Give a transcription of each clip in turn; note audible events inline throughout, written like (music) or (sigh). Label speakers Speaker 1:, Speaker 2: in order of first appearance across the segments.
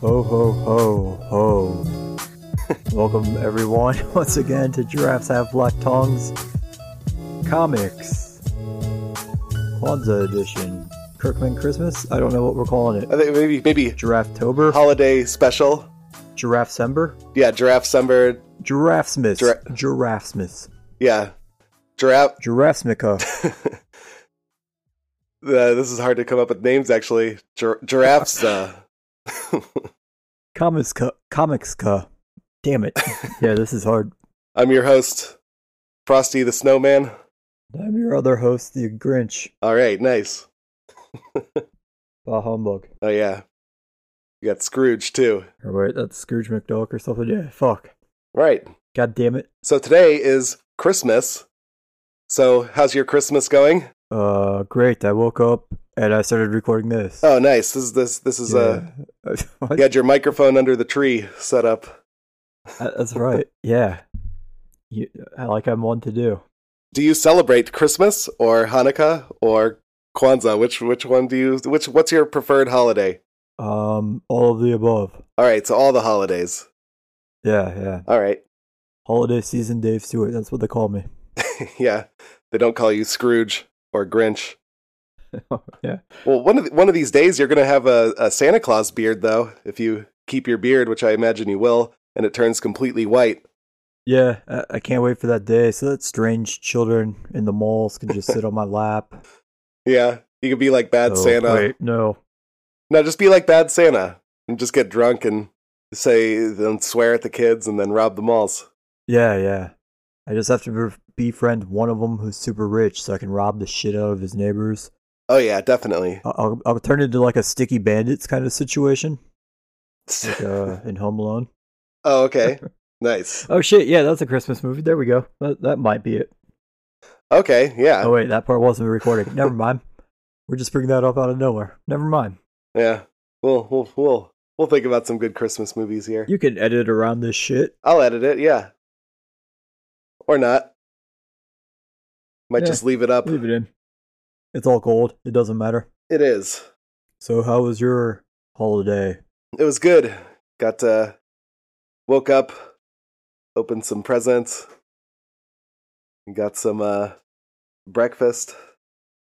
Speaker 1: ho, ho, ho. Welcome, everyone, (laughs) once again to Giraffes Have Black Tongues Comics Kwanzaa Edition. Kirkman Christmas? I don't know what we're calling it.
Speaker 2: I think maybe maybe
Speaker 1: Giraffe Tober?
Speaker 2: holiday special.
Speaker 1: Giraffe Sember?
Speaker 2: Yeah, giraffe sunbird.
Speaker 1: Giraffe Smith?
Speaker 2: Gira-
Speaker 1: Giraffe Smith?
Speaker 2: Yeah, giraffe.
Speaker 1: Giraffe Smica.
Speaker 2: Uh, this is hard to come up with names actually. Gir- giraffes. Uh, (laughs)
Speaker 1: Comics Comicska. Damn it. Yeah, this is hard.
Speaker 2: I'm your host, Frosty the Snowman.
Speaker 1: I'm your other host, the Grinch.
Speaker 2: All right, nice.
Speaker 1: Bah humbug.
Speaker 2: Oh yeah, you got Scrooge too.
Speaker 1: Or wait, that's Scrooge McDuck or something. Yeah, fuck.
Speaker 2: Right.
Speaker 1: God damn it.
Speaker 2: So today is Christmas. So how's your Christmas going?
Speaker 1: Uh, great. I woke up and I started recording this.
Speaker 2: Oh, nice. This is this this is uh
Speaker 1: Yeah. (laughs) What?
Speaker 2: you had your microphone under the tree set up.
Speaker 1: That- That's right. Yeah. You, I- like I'm one to do.
Speaker 2: Do you celebrate Christmas or Hanukkah or Kwanzaa? Which which one do you which what's your preferred holiday?
Speaker 1: Um, all of the above.
Speaker 2: All right, so all the holidays.
Speaker 1: Yeah, yeah.
Speaker 2: All right. (laughs)
Speaker 1: Holiday season Dave Stewart. That's what they call me.
Speaker 2: yeah. They don't call you Scrooge
Speaker 1: (laughs)
Speaker 2: or Grinch.
Speaker 1: Oh, yeah.
Speaker 2: Well, one of the, one of these days you're going to have a, a Santa Claus beard though, if you keep your beard, which I imagine you will, and it turns completely white.
Speaker 1: Yeah, I, I can't wait for that day so that strange children in the malls can just sit on my
Speaker 2: (laughs)
Speaker 1: lap.
Speaker 2: Yeah. You could be like bad
Speaker 1: So-
Speaker 2: Santa.
Speaker 1: Oh, Wait, no.
Speaker 2: No, just be like bad Santa and just get drunk and say and swear at the kids and then rob the malls.
Speaker 1: Yeah, yeah. I just have to bef- befriend one of them who's super rich so I can rob the shit out of his neighbors.
Speaker 2: Oh yeah, definitely.
Speaker 1: I- I'll, I'll turn it into like a sticky bandits kind of situation like, uh, in Home Alone.
Speaker 2: (laughs) oh okay, nice.
Speaker 1: Oh shit, yeah, that's a Christmas movie. There we go. That, that might be it.
Speaker 2: Okay, yeah,
Speaker 1: Oh wait, that part wasn't recording. Never mind. We're just bringing that up out of nowhere. Never mind.
Speaker 2: yeah. We'll we'll we'll we'll think about some good Christmas movies here.
Speaker 1: You can edit around this shit.
Speaker 2: I'll edit it, yeah, or not. Might
Speaker 1: Yeah,
Speaker 2: just leave it up.
Speaker 1: Leave it in. It's all gold. It doesn't matter.
Speaker 2: It is.
Speaker 1: So how was your holiday?
Speaker 2: It was good. Got uh, woke up, opened some presents, and got some uh, breakfast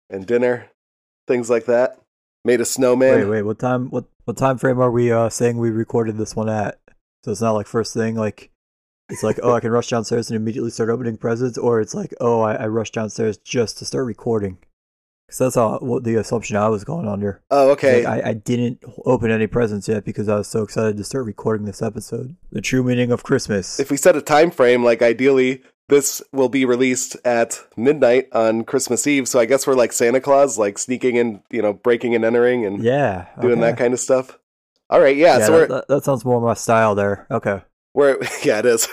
Speaker 2: and dinner, things like that. Made a snowman.
Speaker 1: Wait, wait, what time what what time frame are we uh saying we recorded this one at? So it's not like first thing like it's like, oh I can rush downstairs and immediately start opening presents, or it's like, oh I, I rush downstairs just to start recording. Because that's all what the assumption I was going under.
Speaker 2: Oh, okay.
Speaker 1: Like, I, I didn't open any presents yet because I was so excited to start recording this episode. The true meaning of Christmas.
Speaker 2: if we set a time frame, like ideally, this will be released at midnight on Christmas Eve. So I guess we're like Santa Claus, like sneaking in, you know, breaking and entering and
Speaker 1: yeah.
Speaker 2: doing
Speaker 1: okay.
Speaker 2: that kind of stuff. All right, yeah.
Speaker 1: Yeah,
Speaker 2: so
Speaker 1: that-
Speaker 2: we're
Speaker 1: that, that sounds more my style there. Okay.
Speaker 2: Where (laughs) yeah, it is.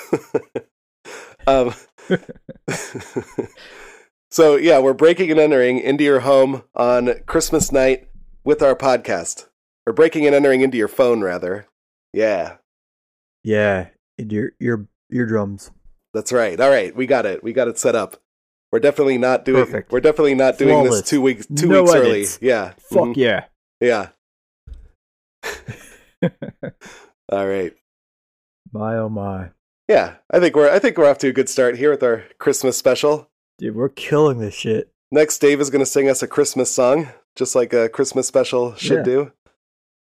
Speaker 2: um, (laughs) so yeah, we're breaking and entering into your home on Christmas night with our podcast. Or breaking and entering into your phone rather. Yeah,
Speaker 1: Yeah. And your your eardrums.
Speaker 2: that's right. All right, we got it. We got it set up. We're definitely not doing
Speaker 1: Perfect.
Speaker 2: we're definitely not doing
Speaker 1: Flawless.
Speaker 2: this 2 weeks 2
Speaker 1: No
Speaker 2: weeks
Speaker 1: edits.
Speaker 2: early. Yeah. Mhm.
Speaker 1: yeah. (laughs)
Speaker 2: Yeah. All right.
Speaker 1: My oh my.
Speaker 2: Yeah, I think we're I think we're off to a good start here with our Christmas special.
Speaker 1: Dude, we're killing this shit.
Speaker 2: Next, Dave is going to sing us a Christmas song, just like a Christmas special should
Speaker 1: Yeah.
Speaker 2: do.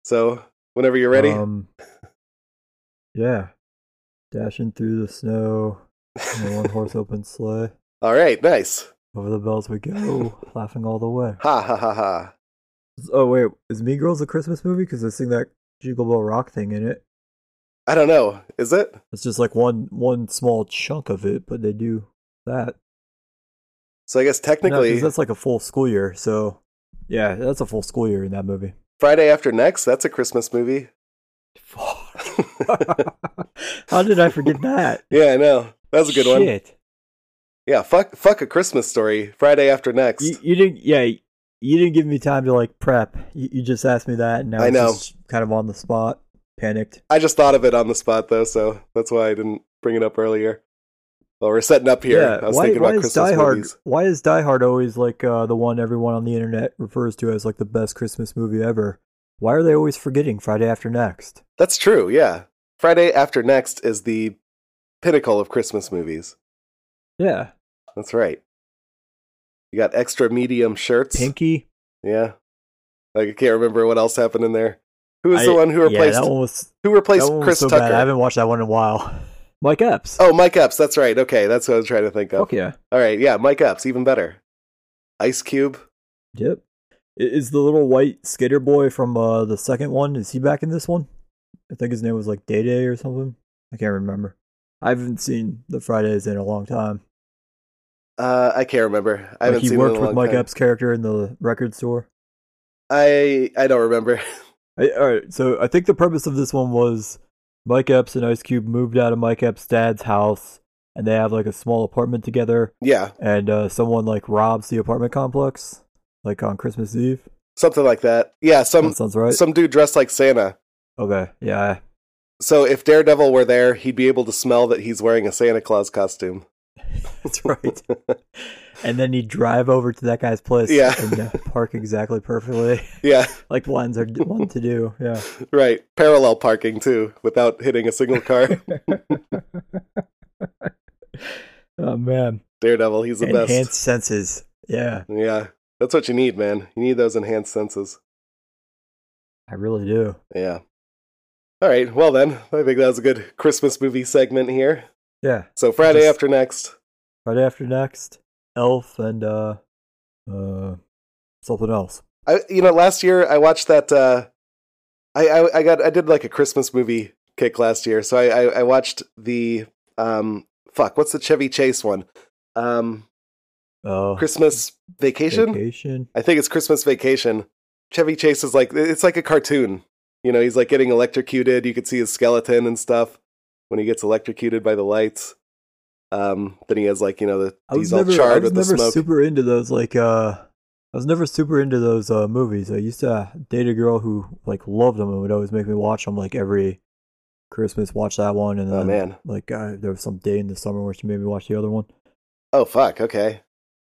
Speaker 2: So, whenever you're ready,
Speaker 1: Um, yeah. Dashing through the snow in a one horse open sleigh.
Speaker 2: (laughs) all right, nice.
Speaker 1: Over the bells we
Speaker 2: (laughs)
Speaker 1: go, laughing all the way.
Speaker 2: Ha ha ha ha.
Speaker 1: Oh, wait. Is Mean Girls a Christmas movie? Because they sing that Jingle Bell Rock thing in it.
Speaker 2: I don't know. Is it?
Speaker 1: It's just like one one small chunk of it, but they do that.
Speaker 2: So I
Speaker 1: No,
Speaker 2: guess
Speaker 1: 'cause
Speaker 2: technically
Speaker 1: that's like a full school year. So, yeah, that's a full school year in that
Speaker 2: (laughs)
Speaker 1: movie. (laughs)
Speaker 2: Friday after next. That's a Christmas movie.
Speaker 1: Fuck. How did I forget that?
Speaker 2: Yeah, I know. That's a good one.
Speaker 1: Shit.
Speaker 2: Yeah, fuck, fuck a Christmas story. Friday after next.
Speaker 1: You, you didn't, yeah, you didn't give me time to like prep. You, you just asked me that, and now
Speaker 2: I
Speaker 1: I
Speaker 2: know.
Speaker 1: was just kind of on the spot, panicked.
Speaker 2: I just thought of it on the spot though, so that's why I didn't bring it up earlier. Well, we're setting up here. I was
Speaker 1: why,
Speaker 2: thinking
Speaker 1: why
Speaker 2: about
Speaker 1: is
Speaker 2: Christmas
Speaker 1: Die Hard?
Speaker 2: movies.
Speaker 1: Why is Die Hard always like uh, the one everyone on the internet refers to as like the best Christmas movie ever? Why are they always forgetting Friday after next?
Speaker 2: That's true, yeah. Friday After Next is the pinnacle of Christmas movies.
Speaker 1: Yeah.
Speaker 2: That's right. You got extra medium shirts.
Speaker 1: Pinky.
Speaker 2: Yeah. Like I can't remember what else happened in there. Who was
Speaker 1: I-
Speaker 2: the one who
Speaker 1: Yeah,
Speaker 2: replaced
Speaker 1: that one was,
Speaker 2: who
Speaker 1: that
Speaker 2: replaced
Speaker 1: one was
Speaker 2: Chris
Speaker 1: so bad. I
Speaker 2: Tucker?
Speaker 1: haven't watched that one in a while. Mike Epps.
Speaker 2: Oh, Mike Epps, that's right. Okay, that's what I was trying to think of.
Speaker 1: Fuck yeah.
Speaker 2: All right, yeah, Mike Epps, even better. Ice Cube.
Speaker 1: Yep. I- Is the little white skater boy from uh, the second one? Is he back in this one? I think his name was like Day Day or something. I can't remember. I haven't seen the Fridays in a long time.
Speaker 2: Uh, I can't remember. I
Speaker 1: like
Speaker 2: haven't
Speaker 1: he
Speaker 2: seen
Speaker 1: worked
Speaker 2: it in a
Speaker 1: with
Speaker 2: long
Speaker 1: Mike
Speaker 2: time.
Speaker 1: Epps' character in the record store.
Speaker 2: I I don't remember. (laughs)
Speaker 1: I, all right, so I think the purpose of this one was Mike Epps and Ice Cube moved out of Mike Epps' dad's house, and they have like a small apartment together.
Speaker 2: yeah,
Speaker 1: And uh, someone like robs the apartment complex, like on Christmas Eve.
Speaker 2: something like that. Yeah, some
Speaker 1: that sounds right.
Speaker 2: some dude dressed like Santa.
Speaker 1: okay, yeah,
Speaker 2: So if Daredevil were there, he'd be able to smell that he's wearing a Santa Claus costume.
Speaker 1: that's right. and then you drive over to that guy's place
Speaker 2: Yeah.
Speaker 1: and uh, park exactly perfectly, (laughs)
Speaker 2: Yeah, (laughs)
Speaker 1: like lines are one to do. Yeah,
Speaker 2: right. Parallel parking too, without hitting a
Speaker 1: (laughs)
Speaker 2: single car. (laughs)
Speaker 1: oh man,
Speaker 2: Daredevil, he's the
Speaker 1: enhanced
Speaker 2: best.
Speaker 1: senses. Yeah,
Speaker 2: Yeah, that's what you need, man. You need those enhanced senses.
Speaker 1: I really do.
Speaker 2: Yeah. All right. Well then, I think that was a good Christmas movie segment here.
Speaker 1: Yeah,
Speaker 2: So Friday
Speaker 1: Just-
Speaker 2: after next.
Speaker 1: right after next, Elf and uh, uh, something else.
Speaker 2: I you know last year I watched that. Uh, I, I I got I did like a Christmas movie kick last year, so I I, I watched the um fuck what's the Chevy Chase one, um
Speaker 1: Uh,
Speaker 2: Christmas Vacation.
Speaker 1: vacation.
Speaker 2: I think it's Christmas Vacation. Chevy Chase is like it's like a cartoon. You know, he's like getting electrocuted. You could see his skeleton and stuff when he gets electrocuted by the lights. Um, then he has like you know the
Speaker 1: I was
Speaker 2: he's all
Speaker 1: never, I
Speaker 2: charred
Speaker 1: was
Speaker 2: with the
Speaker 1: never
Speaker 2: smoke.
Speaker 1: super into those like uh I was never super into those uh movies. I used to date a girl who like loved them and would always make me watch them like every Christmas watch that one and
Speaker 2: oh
Speaker 1: then
Speaker 2: man!
Speaker 1: like uh, there was some day in the summer where she made me watch the other one.
Speaker 2: Oh fuck! Okay.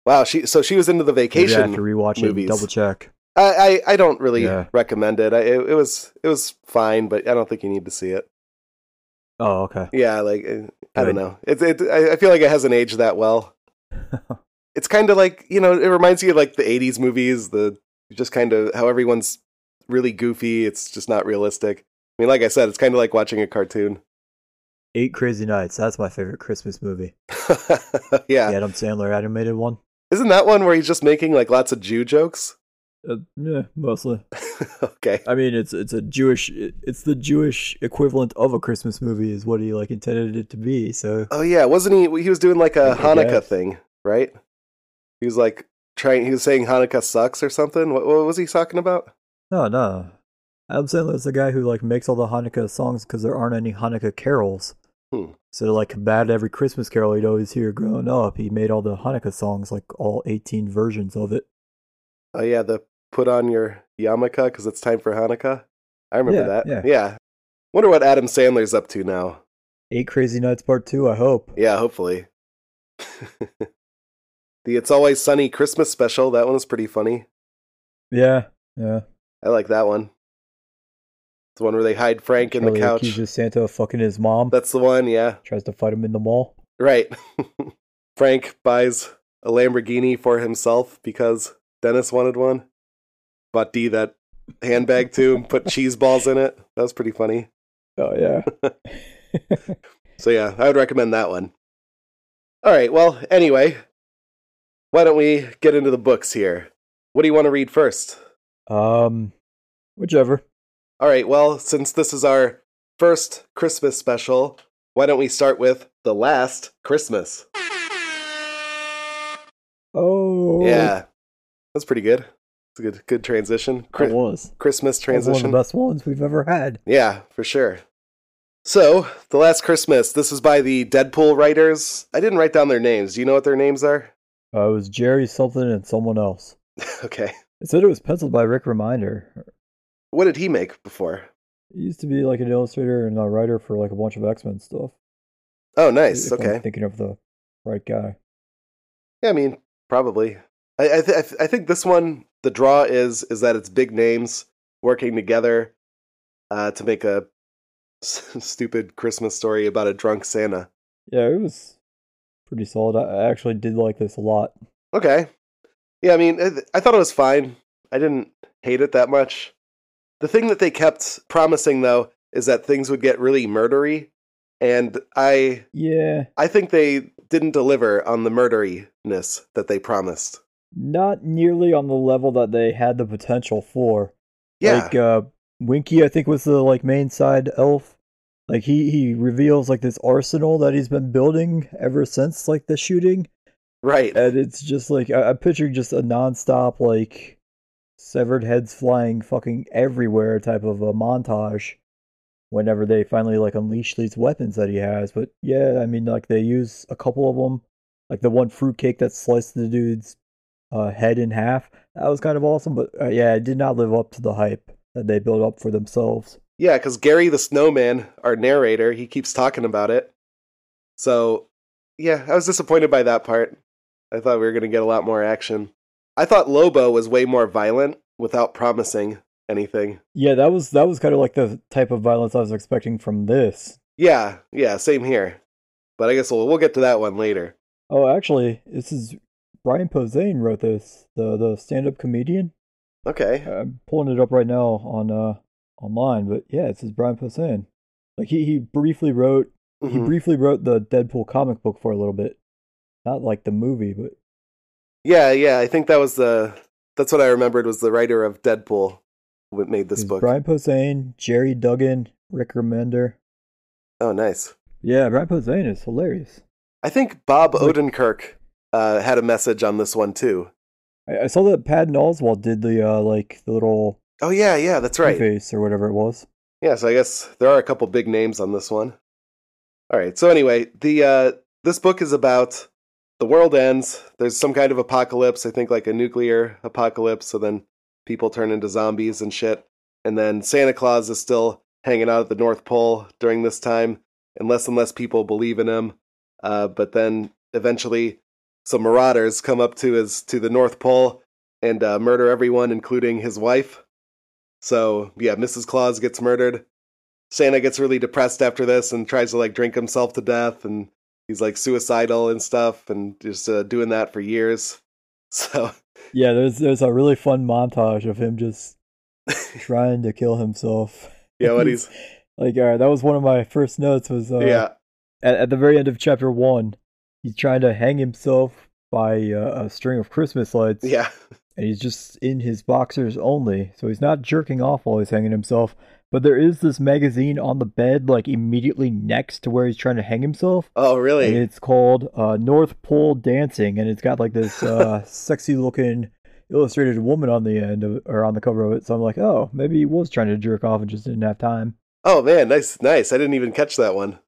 Speaker 2: Wow. She so she was into the
Speaker 1: Maybe I have
Speaker 2: vacation.
Speaker 1: to rewatch it and
Speaker 2: movies.
Speaker 1: double check.
Speaker 2: I, I I don't really
Speaker 1: Yeah.
Speaker 2: recommend it. I it, it was it was fine, but I don't think you need to see it.
Speaker 1: Oh, okay.
Speaker 2: Yeah, like eh, I
Speaker 1: Good.
Speaker 2: don't know. It it I I feel like it hasn't aged that (laughs) well. it's kind of like you know it reminds you of like the '80s movies. The just kind of how everyone's really goofy. It's just not realistic. I mean, like I said, it's kind of like watching a cartoon. (laughs)
Speaker 1: Eight Crazy Nights. That's my favorite Christmas movie.
Speaker 2: yeah.
Speaker 1: The Adam Sandler animated one.
Speaker 2: isn't that one where he's just making like lots of Jew jokes? (laughs)
Speaker 1: Uh, yeah, mostly.
Speaker 2: okay,
Speaker 1: I mean, it's it's a Jewish. It's the Jewish equivalent of a Christmas movie, is what he like intended it to be. So
Speaker 2: Oh yeah, wasn't he? He was doing like
Speaker 1: I
Speaker 2: a Hanukkah
Speaker 1: guess.
Speaker 2: thing, right? He was like trying. He was saying Hanukkah sucks or something. What, what was he talking about?
Speaker 1: No, no. Adam Sandler's the guy who like makes all the Hanukkah songs because there aren't any Hanukkah carols.
Speaker 2: Hmm.
Speaker 1: So to like combat every Christmas carol you'd always hear growing up, he made all the Hanukkah songs, like all 18 versions of it.
Speaker 2: Oh yeah, the put on your yarmulke because it's time for Hanukkah. I remember
Speaker 1: Yeah,
Speaker 2: that.
Speaker 1: yeah.
Speaker 2: Wonder what Adam Sandler's up to now.
Speaker 1: Eight Crazy Nights Part 2, I hope.
Speaker 2: Yeah, hopefully. (laughs) the It's Always Sunny Christmas special. That one was pretty funny.
Speaker 1: Yeah, yeah.
Speaker 2: I like that one. The one where they hide Frank in the
Speaker 1: Charlie
Speaker 2: couch.
Speaker 1: accuses Santa of fucking his mom,
Speaker 2: That's the one. Yeah.
Speaker 1: tries to fight him in the mall.
Speaker 2: Right. (laughs) Frank buys a Lamborghini for himself because Dennis wanted one. Bought D that handbag too and put cheese balls in it. That was pretty funny.
Speaker 1: Oh,
Speaker 2: (laughs)
Speaker 1: yeah.
Speaker 2: So yeah, I would recommend that one. All right, well, anyway, why don't we get into the books here? What do you want to read first?
Speaker 1: um, whichever.
Speaker 2: All right, well, since this is our first Christmas special, why don't we start with The Last Christmas?
Speaker 1: Oh,
Speaker 2: Yeah. That's pretty good. It's a good good transition. Chri-
Speaker 1: It was.
Speaker 2: Christmas
Speaker 1: It was one of
Speaker 2: transition.
Speaker 1: the best ones we've ever had.
Speaker 2: Yeah, for sure. So, The Last Christmas, this is by the Deadpool writers. I didn't write down their names. Do you know what their names are? (laughs)
Speaker 1: Uh, it was Jerry something and someone else.
Speaker 2: okay.
Speaker 1: It said it was penciled by Rick Reminder.
Speaker 2: What did he make before?
Speaker 1: He used to be like an illustrator and a writer for like a bunch of X Men stuff.
Speaker 2: Oh, nice.
Speaker 1: if I'm
Speaker 2: Okay.
Speaker 1: thinking of the right guy.
Speaker 2: Yeah, I mean, probably. I I, th- I, th- I think this one the draw is is that it's big names working together uh, to make a (laughs) s- stupid Christmas story about a drunk Santa.
Speaker 1: Yeah, it was pretty solid. I I actually did like this a lot.
Speaker 2: Okay. Yeah, I mean, I- I thought it was fine. I didn't hate it that much. The thing that they kept promising though is that things would get really murdery, and I
Speaker 1: Yeah,
Speaker 2: I think they didn't deliver on the murderiness that they promised.
Speaker 1: not nearly on the level that they had the potential for.
Speaker 2: Yeah.
Speaker 1: Like uh Winky I think was the like main side elf. Like he he reveals like this arsenal that he's been building ever since like the shooting.
Speaker 2: right.
Speaker 1: And it's just like I, I'm picturing just a nonstop like severed heads flying fucking everywhere type of a montage whenever they finally like unleash these weapons that he has. But yeah, I mean like they use a couple of them, like the one fruitcake that sliced the dude's uh, head in half. That was kind of awesome, but uh, yeah, it did not live up to the hype that they built up for themselves.
Speaker 2: Yeah, because Gary the Snowman, our narrator, he keeps talking about it. So, yeah, I was disappointed by that part. I thought we were going to get a lot more action. I thought Lobo was way more violent without promising anything.
Speaker 1: Yeah, that was that was kind of like the type of violence I was expecting from this.
Speaker 2: Yeah, yeah, same here. But I guess we'll, we'll get to that one later.
Speaker 1: Oh, actually, this is Brian Posehn wrote this, the the stand up comedian.
Speaker 2: Okay.
Speaker 1: I'm pulling it up right now on uh online, but yeah, it says Brian Posehn. Like he, he briefly wrote he
Speaker 2: Mhm.
Speaker 1: briefly wrote the Deadpool comic book for a little bit, not like the movie, but
Speaker 2: Yeah, yeah, I think that was the. That's what I remembered was the writer of Deadpool that made this
Speaker 1: it's
Speaker 2: book.
Speaker 1: Brian Posehn, Jerry Duggan, Rick Remender.
Speaker 2: Oh, nice.
Speaker 1: Yeah, Brian Posehn is hilarious.
Speaker 2: I think Bob
Speaker 1: Like-
Speaker 2: Odenkirk uh, had a message on this one too.
Speaker 1: I, I saw that Patton Oswald did the uh like the little
Speaker 2: Oh yeah, yeah, that's right.
Speaker 1: face or whatever it was.
Speaker 2: Yeah, so I guess there are a couple big names on this one. All right. So anyway, the uh, this book is about the world ends. There's some kind of apocalypse. I think like a nuclear apocalypse. So then people turn into zombies and shit. And then Santa Claus is still hanging out at the North Pole during this time, and less and less people believe in him. Uh, but then eventually, some marauders come up to his to the North Pole and uh, murder everyone, including his wife. So yeah, Mrs. Claus gets murdered. Santa gets really depressed after this and tries to like drink himself to death, and he's like suicidal and stuff, and just uh, doing that for years. (laughs) So
Speaker 1: Yeah, there's there's a really fun montage of him
Speaker 2: (laughs)
Speaker 1: just trying to kill himself.
Speaker 2: yeah, what he's
Speaker 1: Like, all right, that was one of my first notes. Was uh,
Speaker 2: yeah,
Speaker 1: at, at the very end of chapter one, he's trying to hang himself by uh, a string of Christmas lights,
Speaker 2: yeah,
Speaker 1: and he's just in his boxers only, so he's not jerking off while he's hanging himself. But there is this magazine on the bed, like immediately next to where he's trying to hang himself,
Speaker 2: oh
Speaker 1: and
Speaker 2: really?
Speaker 1: it's called uh, North Pole Dancing, and it's got like this uh, sexy-looking illustrated woman on the end of, or on the cover of it. So I'm like, oh, maybe he was trying to jerk off and just didn't have time.
Speaker 2: Oh man, nice, nice. I didn't even catch that one.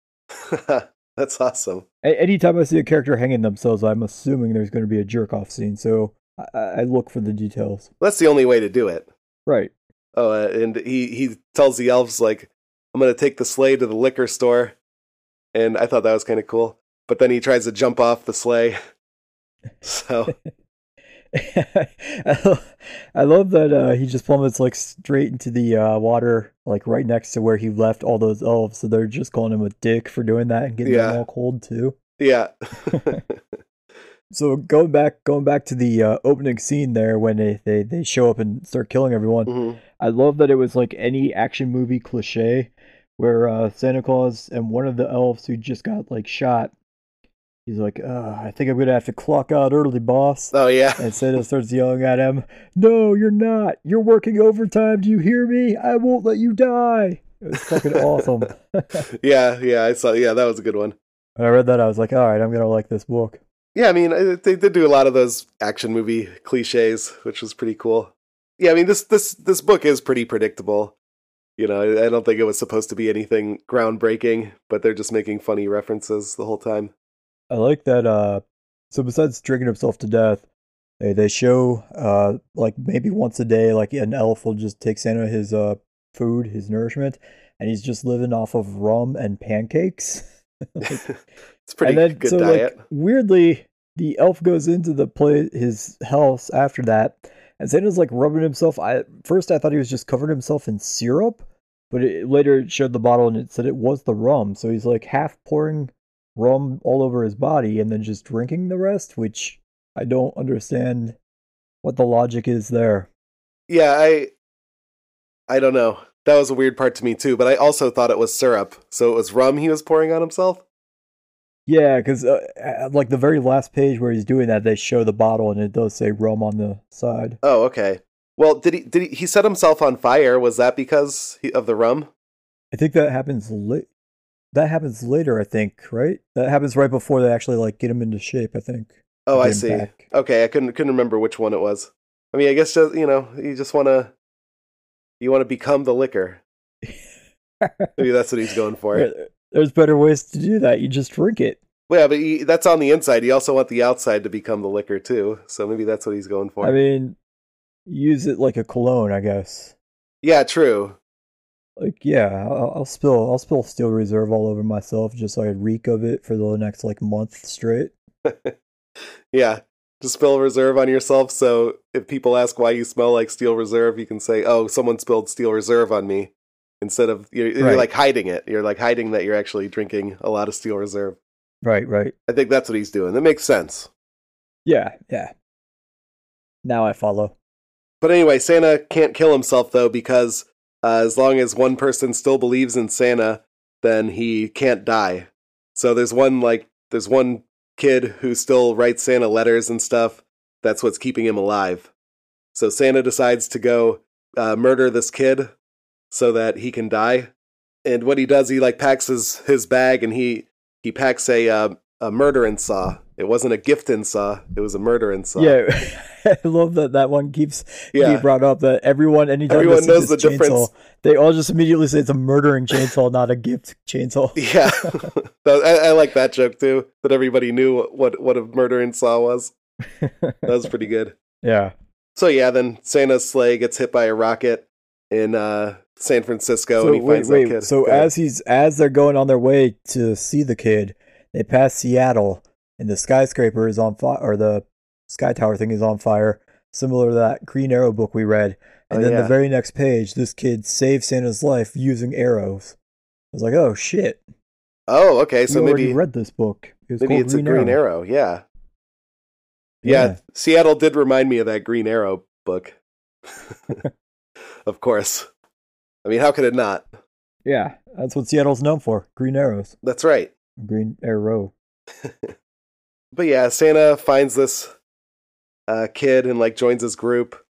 Speaker 2: (laughs) That's awesome.
Speaker 1: A- Anytime I see a character hanging themselves, I'm assuming there's going to be a jerk off scene, so I-, I I look for the details.
Speaker 2: That's the only way to do it.
Speaker 1: Right.
Speaker 2: Oh, uh, and he he tells the elves like, "I'm gonna take the sleigh to the liquor store," and I thought that was kind of cool. But then he tries to jump off the sleigh. (laughs) So
Speaker 1: (laughs) I, lo- I love that uh, he just plummets like straight into the uh, water, like right next to where he left all those elves. So they're just calling him a dick for doing that and getting
Speaker 2: Yeah.
Speaker 1: them all cold too. (laughs)
Speaker 2: yeah,
Speaker 1: So going back, going back to the uh, opening scene there when they, they they show up and start killing everyone.
Speaker 2: Mhm.
Speaker 1: I love that it was like any action movie cliche where uh, Santa Claus and one of the elves who just got like shot, he's like, uh, I think I'm gonna have to clock out early, boss.
Speaker 2: oh yeah,
Speaker 1: And Santa starts yelling at him, No, you're not. You're working overtime. Do you hear me? I won't let you die. It was fucking awesome.
Speaker 2: (laughs) yeah, yeah. I saw. Yeah, that was a good one.
Speaker 1: When I read that, I was like, All right, I'm gonna like this book.
Speaker 2: Yeah, I mean, I- they did do a lot of those action movie cliches, which was pretty cool. Yeah, I mean, this this this book is pretty predictable. You know, I, I don't think it was supposed to be anything groundbreaking, but they're just making funny references the
Speaker 1: (laughs)
Speaker 2: whole time. (laughs)
Speaker 1: I like that. Uh, so besides drinking himself to death, they they show uh like maybe once a day, like an elf will just take Santa his uh food, his nourishment, and he's just living off of rum and pancakes. (laughs)
Speaker 2: it's pretty
Speaker 1: and then
Speaker 2: good
Speaker 1: so
Speaker 2: diet.
Speaker 1: like weirdly, the elf goes into the play his house after that, and Santa's like rubbing himself. I first I thought he was just covering himself in syrup, but it, later it showed the bottle and it said it was the rum. So he's like half pouring rum all over his body and then just drinking the rest, which I don't understand what the logic is there.
Speaker 2: Yeah, I I don't know. That was a weird part to me too, but I also thought it was syrup. So it was rum he was pouring on himself.
Speaker 1: Yeah, because uh, uh, like the very last page where he's doing that, they show the bottle and it does say rum on the side.
Speaker 2: Oh, okay. Well, did he did he, he set himself on fire? Was that because he, of the rum?
Speaker 1: I think that happens late. That happens later, I think. Right? That happens right before they actually like get him into shape. I think.
Speaker 2: Oh,
Speaker 1: Get
Speaker 2: I
Speaker 1: him
Speaker 2: see.
Speaker 1: back.
Speaker 2: Okay, I couldn't couldn't remember which one it was. I mean, I guess just, you know, you just want to you want to become
Speaker 1: (laughs)
Speaker 2: the liquor. Maybe that's what he's going for.
Speaker 1: There- There's better ways to do that. You just drink it.
Speaker 2: Well, yeah, but he, that's on the inside. You also want the outside to become the liquor too. So maybe that's what he's going for.
Speaker 1: I mean, use it like a cologne, I guess.
Speaker 2: yeah, true.
Speaker 1: Like, yeah, I'll, I'll spill, I'll spill Steel Reserve all over myself just so I reek of it for the next like month straight.
Speaker 2: Yeah. Just spill reserve on yourself so if people ask why you smell like steel reserve, you can say, "Oh, someone spilled steel reserve on me." Instead of you're, you're
Speaker 1: Right.
Speaker 2: like hiding it. You're like hiding that you're actually drinking a lot of steel reserve.
Speaker 1: Right, right.
Speaker 2: I think that's what he's doing. That makes sense.
Speaker 1: Yeah, yeah. Now I follow.
Speaker 2: But anyway, Santa can't kill himself though because uh, as long as one person still believes in Santa, then he can't die. So there's one like there's one kid who still writes Santa letters and stuff. That's what's keeping him alive. So Santa decides to go uh, murder this kid so that he can die. And what he does, he like packs his his bag and he he packs a uh, a murdering saw. It wasn't a gifting saw. It was a murdering saw.
Speaker 1: Yeah, (laughs) I love that that one keeps
Speaker 2: Yeah.
Speaker 1: being brought up. That everyone, anytime they
Speaker 2: Everyone
Speaker 1: see
Speaker 2: knows
Speaker 1: this
Speaker 2: the difference.
Speaker 1: chainsaw, they all just immediately say it's a murdering chainsaw, not a gift chainsaw.
Speaker 2: Yeah, That- I, I like that joke too. That everybody knew what what a murdering saw was. That was pretty good.
Speaker 1: yeah,
Speaker 2: So (laughs) yeah, then Santa's sleigh gets hit by a rocket in uh, San Francisco, and he finds that kid.
Speaker 1: So
Speaker 2: Go ahead.
Speaker 1: as he's as they're going on their way to see the kid, they pass Seattle, and the skyscraper is on fire, or the sky tower thing is on fire, similar to that Green Arrow book we read. And
Speaker 2: Oh,
Speaker 1: then
Speaker 2: yeah.
Speaker 1: the very next page, this kid saves Santa's life using arrows. I was like, oh shit!
Speaker 2: oh, okay, so
Speaker 1: you already
Speaker 2: maybe
Speaker 1: read this book. It was
Speaker 2: maybe
Speaker 1: called
Speaker 2: it's a Green Arrow. Yeah. yeah,
Speaker 1: Yeah.
Speaker 2: Seattle did remind me of that Green Arrow
Speaker 1: (laughs)
Speaker 2: book. (laughs) of course, I mean, how could it not?
Speaker 1: Yeah, that's what Seattle's known for: green arrows,
Speaker 2: That's right.
Speaker 1: green arrow.
Speaker 2: but yeah, Santa finds this uh, kid and like joins his group,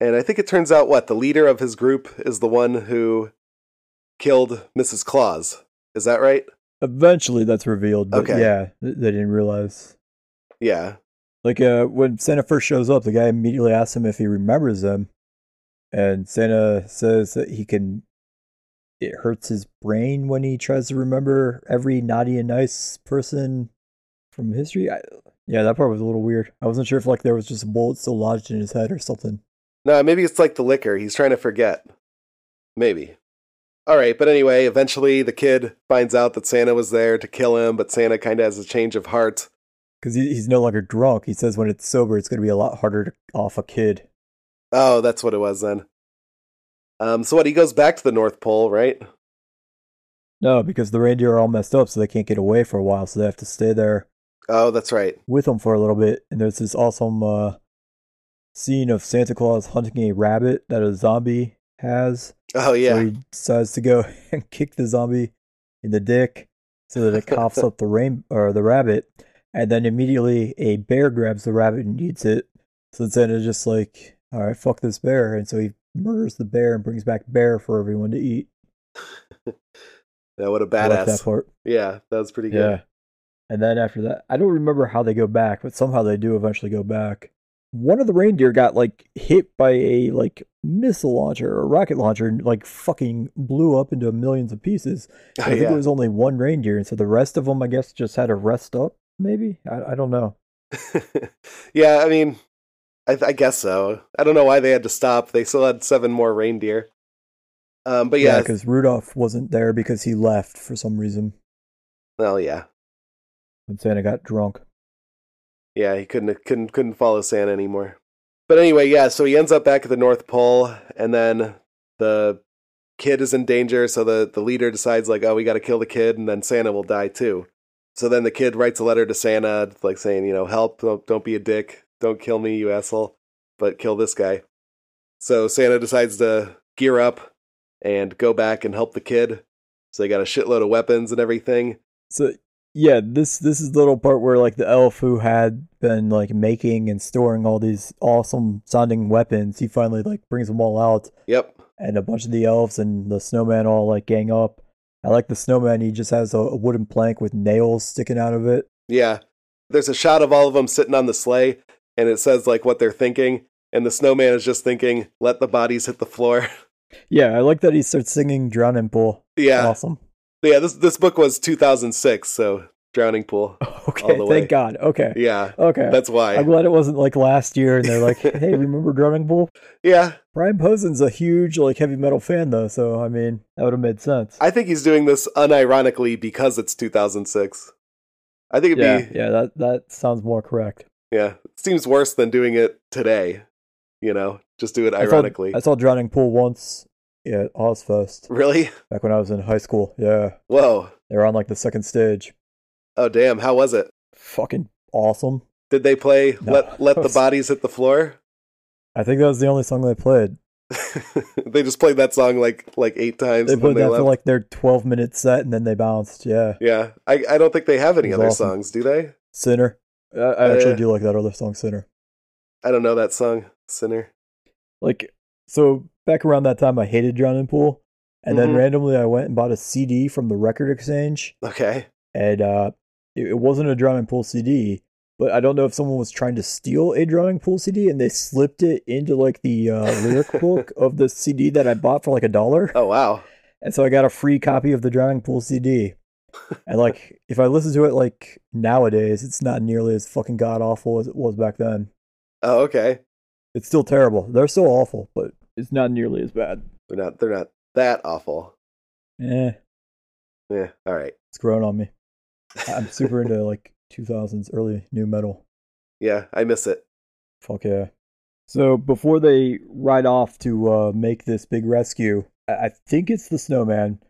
Speaker 2: and I think it turns out what the leader of his group is the one who killed Mrs. Claus. Is that right?
Speaker 1: Eventually, that's revealed. But
Speaker 2: Okay.
Speaker 1: yeah, th- they didn't realize.
Speaker 2: Yeah,
Speaker 1: Like uh, when Santa first shows up, the guy immediately asks him if he remembers him, and Santa says that he can. It hurts his brain when he tries to remember every naughty and nice person from history. I, yeah, that part was a little weird. I wasn't sure if like there was just a bullet still lodged in his head or something.
Speaker 2: no, maybe it's like the liquor. He's trying to forget. Maybe. All right, but anyway, eventually the kid finds out that Santa was there to kill him, but Santa kind of has a change of heart.
Speaker 1: Because he, he's no longer drunk. He says when it's sober, it's going to be a lot harder to off a kid.
Speaker 2: Oh, that's what it was then. Um, so what? He goes back to the North Pole, right?
Speaker 1: No, because the reindeer are all messed up, so they can't get away for a while, so they have to stay there
Speaker 2: Oh, that's right.
Speaker 1: with them for a little bit. And there's this awesome uh, scene of Santa Claus hunting a rabbit that a zombie has.
Speaker 2: Oh yeah.
Speaker 1: So he decides to go (laughs) and kick the zombie in the dick so that it
Speaker 2: (laughs)
Speaker 1: coughs up the rain or the rabbit, and then immediately a bear grabs the rabbit and eats it. So then it's just like, all right, fuck this bear, and so he murders the bear and brings back bear for everyone to eat.
Speaker 2: Yeah, what a
Speaker 1: I
Speaker 2: badass.
Speaker 1: liked that part.
Speaker 2: Yeah, that was pretty good.
Speaker 1: Yeah. And then after that, I don't remember how they go back, but somehow they do eventually go back. One of the reindeer got like hit by a like missile launcher or rocket launcher and like fucking blew up into millions of
Speaker 2: (laughs)
Speaker 1: pieces.
Speaker 2: Oh,
Speaker 1: I think
Speaker 2: yeah.
Speaker 1: there was only one reindeer, and so the rest of them, I guess, just had to rest up. Maybe I, I don't know.
Speaker 2: (laughs) yeah, I mean, I, I guess so. I don't know why they had to stop. They still had seven more reindeer. Um, but yeah,
Speaker 1: because Rudolph wasn't there because he left for some reason
Speaker 2: well, yeah.
Speaker 1: when Santa got drunk.
Speaker 2: Yeah, he couldn't couldn't couldn't follow Santa anymore. But anyway, yeah, so he ends up back at the North Pole and then the kid is in danger, so the, the leader decides like, oh, we gotta kill the kid and then Santa will die too. So then the kid writes a letter to Santa, like saying, you know, help, don't, don't be a dick, don't kill me, you asshole, but kill this guy. So Santa decides to gear up and go back and help the kid. So they got a shitload of weapons and everything.
Speaker 1: So yeah, this this is the little part where like the elf who had been like making and storing all these awesome sounding weapons, he finally like brings them all out,
Speaker 2: Yep.
Speaker 1: and a bunch of the elves and the snowman all like gang up. I like the snowman; he just has a, a wooden plank with nails sticking out of it.
Speaker 2: Yeah. There's a shot of all of them sitting on the sleigh, and it says like what they're thinking. And the snowman is just thinking, let the bodies hit the floor. (laughs)
Speaker 1: Yeah, I like that he starts singing "Drown and Pool."
Speaker 2: yeah. (laughs)
Speaker 1: Awesome.
Speaker 2: Yeah, this this book was 2006, so Drowning Pool.
Speaker 1: Okay,
Speaker 2: the
Speaker 1: thank
Speaker 2: way.
Speaker 1: God. (laughs) Okay,
Speaker 2: Yeah.
Speaker 1: okay.
Speaker 2: That's
Speaker 1: I'm
Speaker 2: why.
Speaker 1: glad it wasn't like last year, and
Speaker 2: (laughs)
Speaker 1: they're like, "Hey, remember Drumming Pool?"
Speaker 2: Yeah.
Speaker 1: Brian Posen's a huge like heavy metal fan though, so I mean that would have made sense.
Speaker 2: I think he's doing this unironically because it's 2006. I think it'd
Speaker 1: yeah,
Speaker 2: be
Speaker 1: yeah, that that sounds more correct.
Speaker 2: Yeah. It seems worse than doing it today. You know, just do it
Speaker 1: I saw-
Speaker 2: ironically.
Speaker 1: I saw, Drowning Pool once at Ozfest
Speaker 2: Really?
Speaker 1: back when I was in high school. Yeah,
Speaker 2: Whoa.
Speaker 1: they were on like the second stage.
Speaker 2: Oh damn, how was it?
Speaker 1: Fucking awesome.
Speaker 2: Did they play
Speaker 1: No. (laughs)
Speaker 2: let let the bodies hit the floor?
Speaker 1: I think that was the only song they played.
Speaker 2: (laughs) they just played that song like like eight times
Speaker 1: They
Speaker 2: and then
Speaker 1: played
Speaker 2: they
Speaker 1: that
Speaker 2: left.
Speaker 1: for like their 12 minute set and then they bounced. Yeah,
Speaker 2: yeah. I, I don't think they have any
Speaker 1: It was
Speaker 2: other
Speaker 1: awesome.
Speaker 2: songs, do they?
Speaker 1: Sinner. I, I actually
Speaker 2: Uh.
Speaker 1: do like that other song, Sinner.
Speaker 2: I don't know that song, Sinner. (laughs)
Speaker 1: like so back around that time I hated Drowning Pool. And
Speaker 2: Mhm.
Speaker 1: then randomly I went and bought a CD from the record exchange
Speaker 2: Okay.
Speaker 1: and uh it, it wasn't a Drowning Pool CD, but I don't know if someone was trying to steal a Drowning Pool CD and they slipped it into like the uh, lyric book of the CD that I bought for like a dollar.
Speaker 2: Oh wow.
Speaker 1: And so I got a free copy of the Drowning Pool CD. And like if I listen to it like nowadays, it's not nearly as fucking god awful as it was back then.
Speaker 2: Oh, okay.
Speaker 1: It's still terrible. They're still awful, but it's not nearly as bad.
Speaker 2: They're not they're not that awful.
Speaker 1: Eh.
Speaker 2: Yeah. All right.
Speaker 1: It's grown on me. I'm super into like 2000s early new metal.
Speaker 2: Yeah, I miss it.
Speaker 1: Fuck yeah. So before they ride off to uh, make this big rescue, I-, I think it's the snowman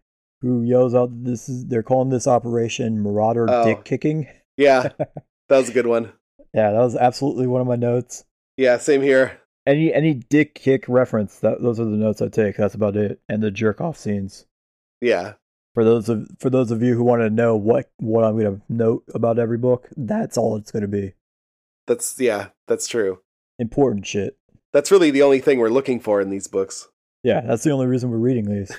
Speaker 1: who yells out that this is they're calling this operation Marauder
Speaker 2: Oh.
Speaker 1: Dick Kicking.
Speaker 2: Yeah.
Speaker 1: (laughs)
Speaker 2: that was a good one.
Speaker 1: Yeah, that was absolutely one of my notes.
Speaker 2: Yeah, same here.
Speaker 1: Any any dick kick reference, that those are the notes I take. That's about it. And the jerk off scenes.
Speaker 2: Yeah.
Speaker 1: For those of for those of you who want to know what what I'm gonna note about every book, that's all it's gonna be.
Speaker 2: That's yeah, that's true.
Speaker 1: Important shit.
Speaker 2: That's really the only thing we're looking for in these books.
Speaker 1: Yeah, that's the only reason we're reading (laughs) these.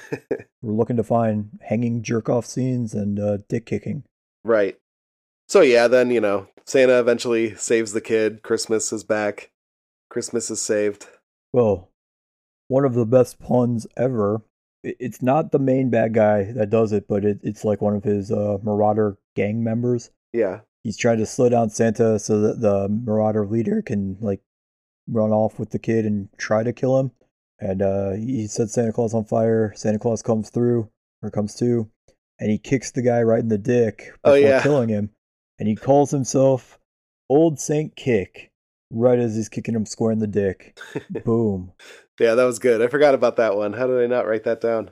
Speaker 1: we're looking to find hanging jerk off scenes and uh, dick kicking.
Speaker 2: Right. So yeah, then you know, Santa eventually saves the kid. Christmas is back. Christmas is saved.
Speaker 1: Well, one of the best puns ever. I- It's not the main bad guy that does it, but it, it's like one of his uh, Marauder gang members.
Speaker 2: Yeah.
Speaker 1: He's trying to slow down Santa so that the Marauder leader can like run off with the kid and try to kill him. And uh, he sets Santa Claus on fire. Santa Claus comes through or comes to, and he kicks the guy right in the dick before
Speaker 2: Oh, yeah.
Speaker 1: killing him. And he calls himself Old Saint Kick right as he's kicking him square in the
Speaker 2: (laughs)
Speaker 1: dick. Boom,
Speaker 2: Yeah, that was good. I forgot about that one. How did I not write that down?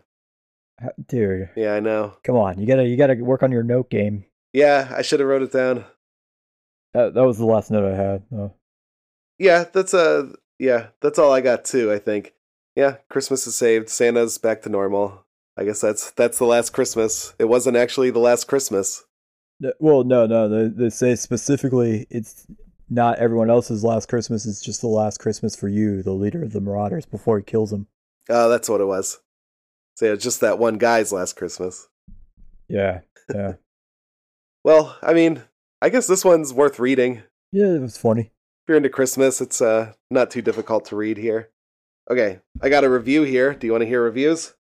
Speaker 1: Ha- dude.
Speaker 2: Yeah, I know.
Speaker 1: Come on, you gotta you gotta work on your note game.
Speaker 2: Yeah, I should have wrote it down.
Speaker 1: That that was the last note I had. Uh,
Speaker 2: Yeah, that's uh yeah, that's all I got too, I think. Yeah, Christmas is saved. Santa's back to normal. I guess that's that's the last Christmas. It wasn't actually the last Christmas.
Speaker 1: No- Well, no, no. They, they say specifically it's not everyone else's last Christmas. It's just the last Christmas for you, the leader of the Marauders, before he kills him.
Speaker 2: Oh, that's what it was. So yeah, just that one guy's last Christmas.
Speaker 1: Yeah, yeah,
Speaker 2: Well, I mean, I guess this one's worth reading. If
Speaker 1: yeah. It was funny.
Speaker 2: you're into Christmas, it's uh not too difficult to read here. Okay, I got a review here. Do you want to hear reviews?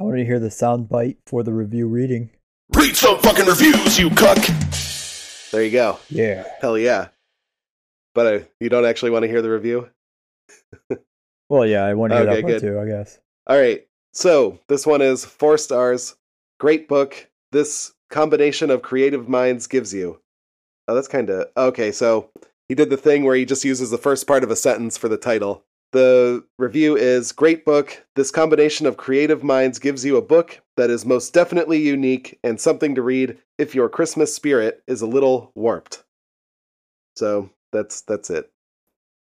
Speaker 1: I wanted to hear the sound bite for the review reading.
Speaker 3: Read some fucking reviews, you cuck!
Speaker 2: There you go.
Speaker 1: Yeah.
Speaker 2: Hell yeah. But uh, you don't actually want to hear the review?
Speaker 1: Well, yeah. I want to hear
Speaker 2: Okay,
Speaker 1: that part
Speaker 2: good.
Speaker 1: too. I guess.
Speaker 2: All right. So this one is four stars. Great book. This combination of creative minds gives you. Oh, that's kind of okay. So he did the thing where he just uses the first part of a sentence for the title. The review is great book. This combination of creative minds gives you a book that is most definitely unique and something to read if your Christmas spirit is a little warped. So that's that's it.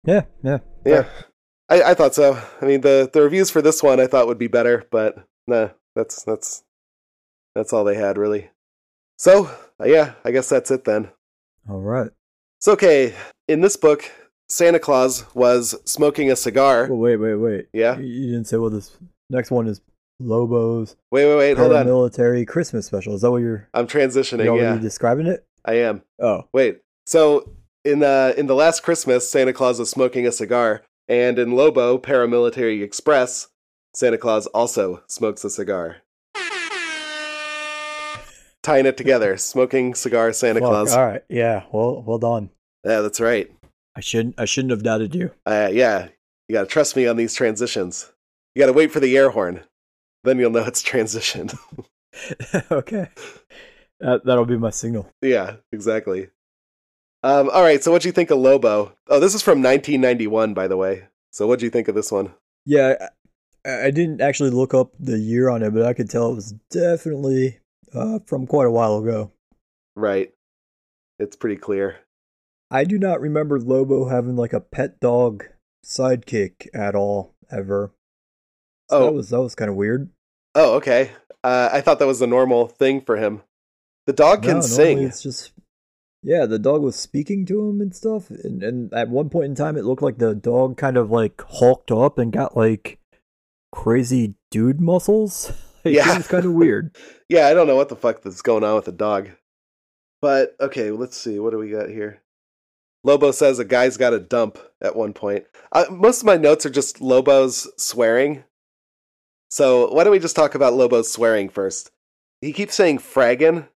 Speaker 1: Yeah, yeah.
Speaker 2: Yeah, I, I thought so. I mean, the the reviews for this one I thought would be better, but nah, that's that's that's all they had really. So uh, yeah, I guess that's it then.
Speaker 1: All right.
Speaker 2: So okay, in this book, Santa Claus was smoking a cigar.
Speaker 1: Well, wait, wait, wait.
Speaker 2: Yeah.
Speaker 1: You- You didn't say well. This next one is Lobo's
Speaker 2: Wait, wait, wait. Hold on.
Speaker 1: military Christmas special. Is that what you're,
Speaker 2: I'm
Speaker 1: you're
Speaker 2: transitioning.
Speaker 1: already
Speaker 2: Yeah,
Speaker 1: describing it?
Speaker 2: I am.
Speaker 1: Oh,
Speaker 2: Wait. So in the in the last Christmas, Santa Claus was smoking a cigar, and in Lobo Paramilitary Express, Santa Claus also smokes a cigar. Tying it together, smoking cigar, Santa
Speaker 1: fuck.
Speaker 2: Claus.
Speaker 1: All right. Yeah. Well, well done.
Speaker 2: Yeah, that's right.
Speaker 1: I shouldn't. I shouldn't have doubted you.
Speaker 2: Uh, yeah, you gotta trust me on these transitions. You gotta wait for the air horn, then you'll know it's transitioned. (laughs)
Speaker 1: (laughs) okay. That, that'll be my signal.
Speaker 2: Yeah, exactly. Um, all right, so what do you think of Lobo? Oh, this is from 1991, by the way. So what do you think of this one?
Speaker 1: Yeah, I, I didn't actually look up the year on it, but I could tell it was definitely uh, from quite a while ago.
Speaker 2: Right, it's pretty clear.
Speaker 1: I do not remember Lobo having like a pet dog sidekick at all ever. So
Speaker 2: Oh.
Speaker 1: that was that was kind of weird.
Speaker 2: Oh, okay. Uh, I thought that was the normal thing for him. The dog can
Speaker 1: No, normally
Speaker 2: sing.
Speaker 1: It's just yeah, the dog was speaking to him and stuff, and and at one point in time, it looked like the dog kind of like hulked up and got like crazy dude muscles. (laughs) Like,
Speaker 2: Yeah.
Speaker 1: it was kind of weird.
Speaker 2: Yeah, I don't know what the fuck that's going on with the dog. But okay, let's see. What do we got here? Lobo says a guy's got a dump at one point. Uh, most of my notes are just Lobo's swearing. So why don't we just talk about Lobo's swearing first? He keeps saying fraggin',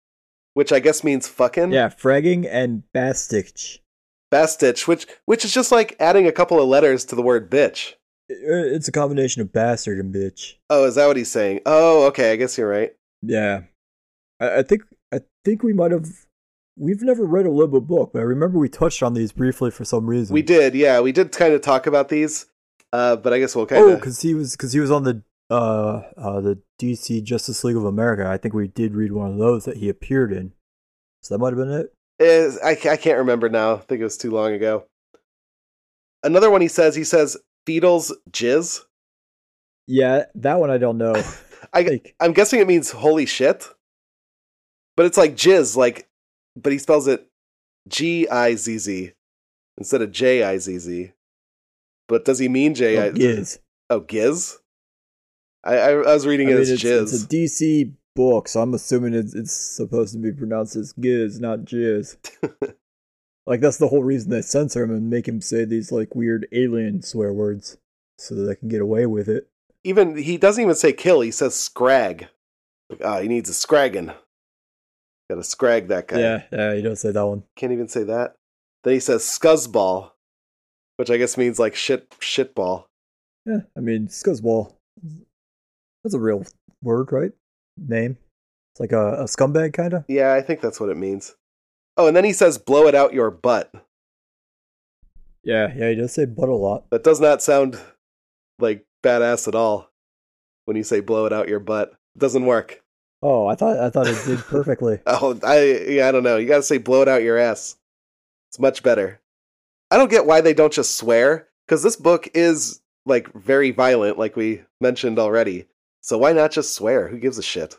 Speaker 2: which I guess means fucking.
Speaker 1: yeah, fragging and bastich.
Speaker 2: Bastitch, which which is just like adding a couple of letters to the word bitch.
Speaker 1: It- Uh, It's a combination of bastard and bitch.
Speaker 2: Oh, is that what he's saying? Oh, okay, I guess you're right.
Speaker 1: Yeah, I, I think I think we might have we've never read a Lobo book, but I remember we touched on these briefly for some reason.
Speaker 2: We did, yeah, we did kind of talk about these. Uh, but I guess we'll kind
Speaker 1: Oh,
Speaker 2: of
Speaker 1: because he was because he was on the uh uh the DC Justice League of America. I think we did read one of those that he appeared in. So that might have been it.
Speaker 2: Is, I, ca- I can't remember now. I think it was too long ago. Another one he says, he says, fetal's jizz.
Speaker 1: Yeah, that one I don't (laughs) know.
Speaker 2: I,
Speaker 1: like,
Speaker 2: I'm guessing it means holy shit. But it's like jizz, like, but he spells it G I Z Z instead of J I Z Z. But does he mean J I?
Speaker 1: it is.
Speaker 2: Oh, giz? I, I, I was reading
Speaker 1: I
Speaker 2: it
Speaker 1: mean,
Speaker 2: as
Speaker 1: it's,
Speaker 2: jizz.
Speaker 1: it's a DC book, so I'm assuming it's, it's supposed to be pronounced as giz, not (laughs) jizz. like that's the whole reason they censor him and make him say these like weird alien swear words, so that they can get away with it.
Speaker 2: even he doesn't even say kill. He says scrag. Like, ah, he needs a scraggin. Got to scrag that guy.
Speaker 1: Yeah, yeah, you don't say that one.
Speaker 2: can't even say that. Then he says scuzzball, which I guess means like shit shitball.
Speaker 1: Yeah, I mean, scuzzball. That's a real word, right? Name. It's like a, a scumbag, kind of.
Speaker 2: Yeah, I think that's what it means. Oh, and then he says blow it out your butt.
Speaker 1: Yeah, yeah. He does say butt a lot.
Speaker 2: That does not sound like badass at all when you say blow it out your butt. It doesn't work.
Speaker 1: Oh, I thought I thought it (laughs) did perfectly.
Speaker 2: Oh, I yeah, I don't know. You got to say blow it out your ass. It's much better. I don't get why they don't just swear cuz this book is like very violent like we mentioned already. So why not just swear? Who gives a shit?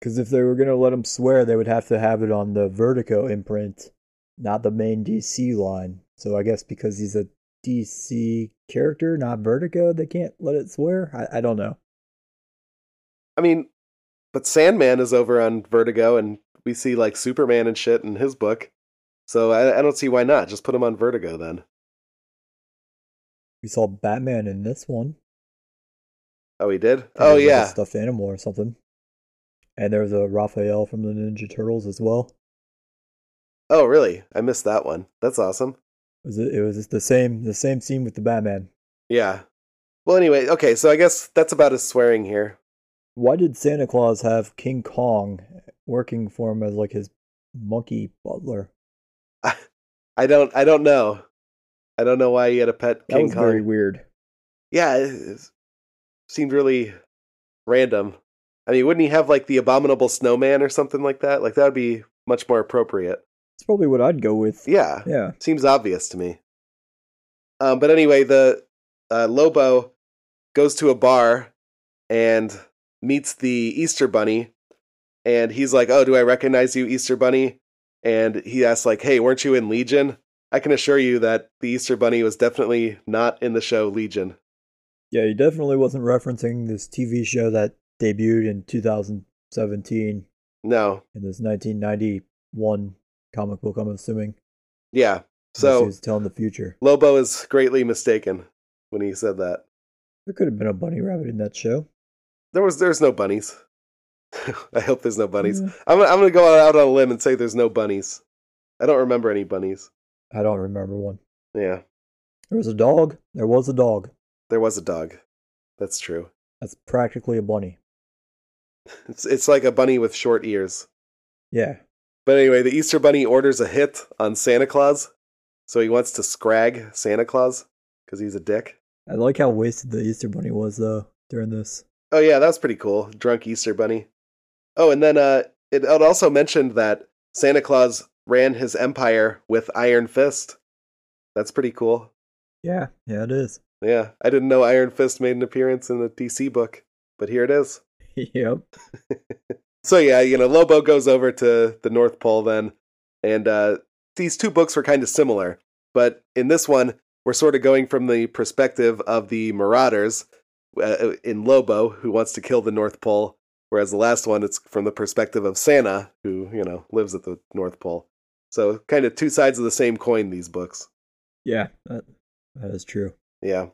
Speaker 1: Because if they were gonna let him swear, they would have to have it on the Vertigo imprint, not the main DC line. So I guess because he's a DC character, not Vertigo, they can't let it swear. I, I don't know.
Speaker 2: I mean, but Sandman is over on Vertigo, and we see like Superman and shit in his book. So I, I don't see why not. Just put him on Vertigo then.
Speaker 1: We saw Batman in this one.
Speaker 2: Oh, he did.
Speaker 1: I think it was
Speaker 2: Oh
Speaker 1: like a
Speaker 2: yeah,
Speaker 1: stuffed animal or something. And there was a Raphael from the Ninja Turtles as well.
Speaker 2: oh really? I missed that one. That's awesome.
Speaker 1: was it, it was just the same the same scene with the Batman.
Speaker 2: Yeah. Well, anyway, okay. So I guess that's about his swearing here. (laughs)
Speaker 1: Why did Santa Claus have King Kong working for him as like his monkey butler?
Speaker 2: I don't. I don't know. I don't know why he had a pet
Speaker 4: That
Speaker 2: King
Speaker 4: was very
Speaker 2: Kong.
Speaker 4: weird.
Speaker 2: yeah, it, it seemed really random. I mean, wouldn't he have like the abominable snowman or something like that? Like that would be much more appropriate.
Speaker 4: It's probably what I'd go with.
Speaker 2: Yeah,
Speaker 4: Yeah.
Speaker 2: seems obvious to me. Um, but anyway, the uh, Lobo goes to a bar and meets the Easter Bunny, and he's like, "Oh, do I recognize you, Easter Bunny?" And he asks, "Like, hey, weren't you in Legion?" I can assure you that the Easter Bunny was definitely not in the show Legion.
Speaker 1: Yeah, he definitely wasn't referencing this TV show that debuted in 2017
Speaker 2: No,
Speaker 1: in this 1991 comic book. I'm assuming.
Speaker 2: yeah.
Speaker 1: Unless
Speaker 2: So
Speaker 1: he was telling the future.
Speaker 2: Lobo is greatly mistaken when he said that.
Speaker 1: There could have been a bunny rabbit in that show.
Speaker 2: There was there's no bunnies. (laughs) I hope there's no bunnies.
Speaker 1: Yeah.
Speaker 2: I'm I'm gonna go out on a limb and say there's no bunnies. I don't remember any bunnies.
Speaker 1: I don't remember one.
Speaker 2: Yeah,
Speaker 1: There was a dog. There was a dog.
Speaker 2: there was a dog. That's true.
Speaker 1: That's practically a bunny.
Speaker 2: It's it's like a bunny with short ears.
Speaker 1: Yeah.
Speaker 2: But anyway, the Easter Bunny orders a hit on Santa Claus, so he wants to scrag Santa Claus because he's a dick.
Speaker 1: I like how wasted the Easter Bunny was though during this.
Speaker 2: Oh yeah, that was pretty cool. Drunk Easter Bunny. Oh, and then uh, it, it also mentioned that Santa Claus ran his empire with Iron Fist. That's pretty cool.
Speaker 1: Yeah. Yeah, it is. (laughs)
Speaker 2: Yeah, I didn't know Iron Fist made an appearance in the DC book, but here it is.
Speaker 1: yep.
Speaker 2: So yeah, you know, Lobo goes over to the North Pole then, and uh, these two books were kind of similar, but in this one, we're sort of going from the perspective of the Marauders uh, in Lobo, who wants to kill the North Pole, whereas the last one, it's from the perspective of Santa, who you know lives at the North Pole. So kind of two sides of the same coin. These books.
Speaker 1: Yeah. That, that is true.
Speaker 2: Yeah.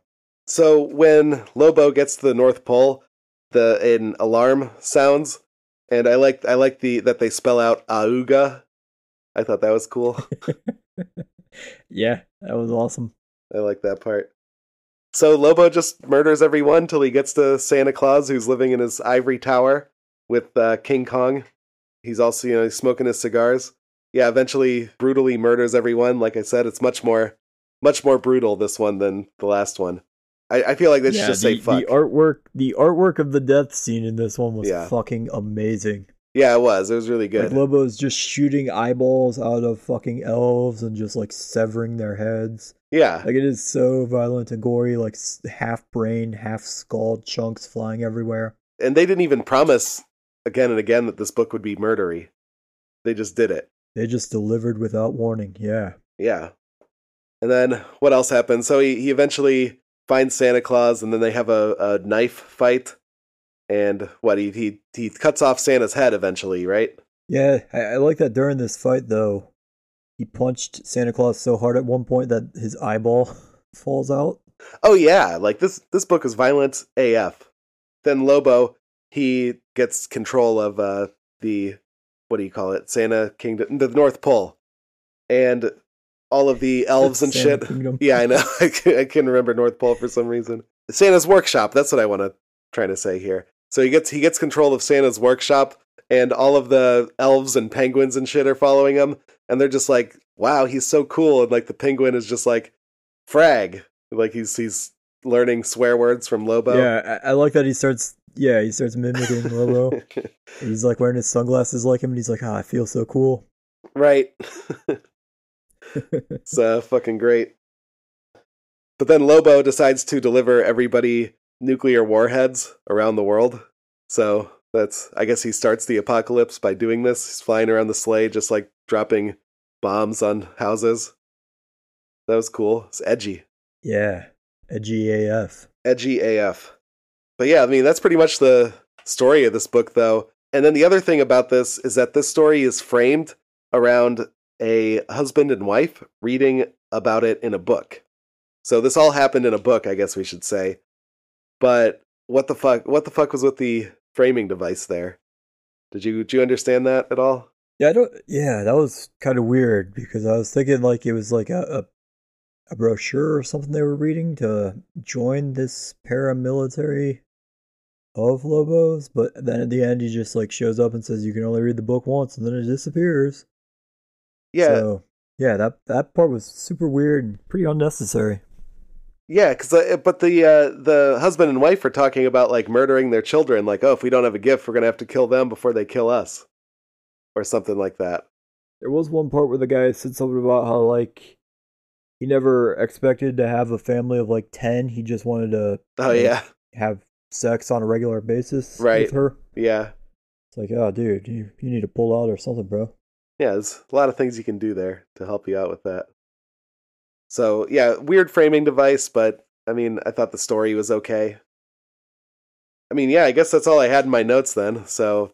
Speaker 2: So when Lobo gets to the North Pole, the an alarm sounds, and I like I like the that they spell out Auga. I thought that
Speaker 1: (laughs)
Speaker 2: was cool.
Speaker 1: yeah, that was awesome.
Speaker 2: I like that part. So Lobo just murders everyone till he gets to Santa Claus, who's living in his ivory tower with uh, King Kong. He's also, you know, he's smoking his cigars. Yeah, eventually brutally murders everyone. Like I said, it's much more, much more brutal this one than the last one. I, I feel like they should
Speaker 1: yeah,
Speaker 2: just
Speaker 1: the,
Speaker 2: say fuck.
Speaker 1: the artwork, the artwork of the death scene in this one was
Speaker 2: Yeah.
Speaker 1: fucking amazing.
Speaker 2: Yeah, it was. It was really good.
Speaker 1: Like Lobo's just shooting eyeballs out of fucking elves and just like severing their heads.
Speaker 2: yeah,
Speaker 1: Like it is so violent and gory, like s- half brain, half skull chunks flying everywhere.
Speaker 2: and they didn't even promise again and again that this book would be murdery. They just did it.
Speaker 1: They just delivered without warning. Yeah.
Speaker 2: Yeah. And then what else happens? So he, he eventually finds Santa Claus, and then they have a, a knife fight. And what he, he he cuts off Santa's head eventually, right?
Speaker 1: Yeah, I, I like that during this fight though. He punched Santa Claus so hard at one point that his eyeball (laughs) falls out.
Speaker 2: Oh yeah, like this this book is violent AF. Then Lobo he gets control of uh the what do you call it? Santa Kingdom, the North Pole, and all of the elves and
Speaker 1: Santa
Speaker 2: shit.
Speaker 1: Kingdom.
Speaker 2: Yeah, I know. (laughs) I can- I can remember North Pole for some reason. Santa's workshop. That's what I want to try to say here. So he gets he gets control of Santa's workshop, and all of the elves and penguins and shit are following him, and they're just like, "Wow, he's so cool!" And like the penguin is just like, "Frag!" Like he's he's learning swear words from Lobo.
Speaker 1: Yeah, I, I like that he starts. Yeah, he starts mimicking
Speaker 2: (laughs)
Speaker 1: Lobo. he's like wearing his sunglasses like him, and he's like, "Ah, I feel so cool."
Speaker 2: Right. it's uh, fucking great. But then Lobo decides to deliver everybody nuclear warheads around the world. So that's, I guess he starts the apocalypse by doing this. He's flying around the sleigh, just like dropping bombs on houses. That was cool. It's edgy.
Speaker 1: Yeah, a GAF.
Speaker 2: Edgy AF. But yeah, I mean, that's pretty much the story of this book, though. And then the other thing about this is that this story is framed around a husband and wife reading about it in a book. So this all happened in a book, I guess we should say. But what the fuck? What the fuck was with the framing device there? Did you do you understand that at all?
Speaker 1: Yeah, I don't. Yeah, that was kind of weird because I was thinking like it was like a, a a brochure or something they were reading to join this paramilitary of Lobos, but then at the end he just like shows up and says, "You can only read the book once," and then it disappears.
Speaker 2: Yeah,
Speaker 1: So, Yeah, that that part was super weird and pretty unnecessary.
Speaker 2: Yeah, cause uh, but the uh, the husband and wife are talking about like murdering their children. Like, oh, if we don't have a gift, we're gonna have to kill them before they kill us, or something like that.
Speaker 1: There was one part where the guy said something about how like he never expected to have a family of like ten. He just wanted to
Speaker 2: Oh
Speaker 1: like,
Speaker 2: yeah,
Speaker 1: have sex on a regular basis
Speaker 2: Right.
Speaker 1: with her.
Speaker 2: yeah,
Speaker 1: It's like, oh, dude, you, you need to pull out or something, bro.
Speaker 2: yeah. There's a lot of things you can do there to help you out with that. So yeah, weird framing device, but I mean, I thought the story was okay. I mean, yeah, I guess that's all I had in my notes then. So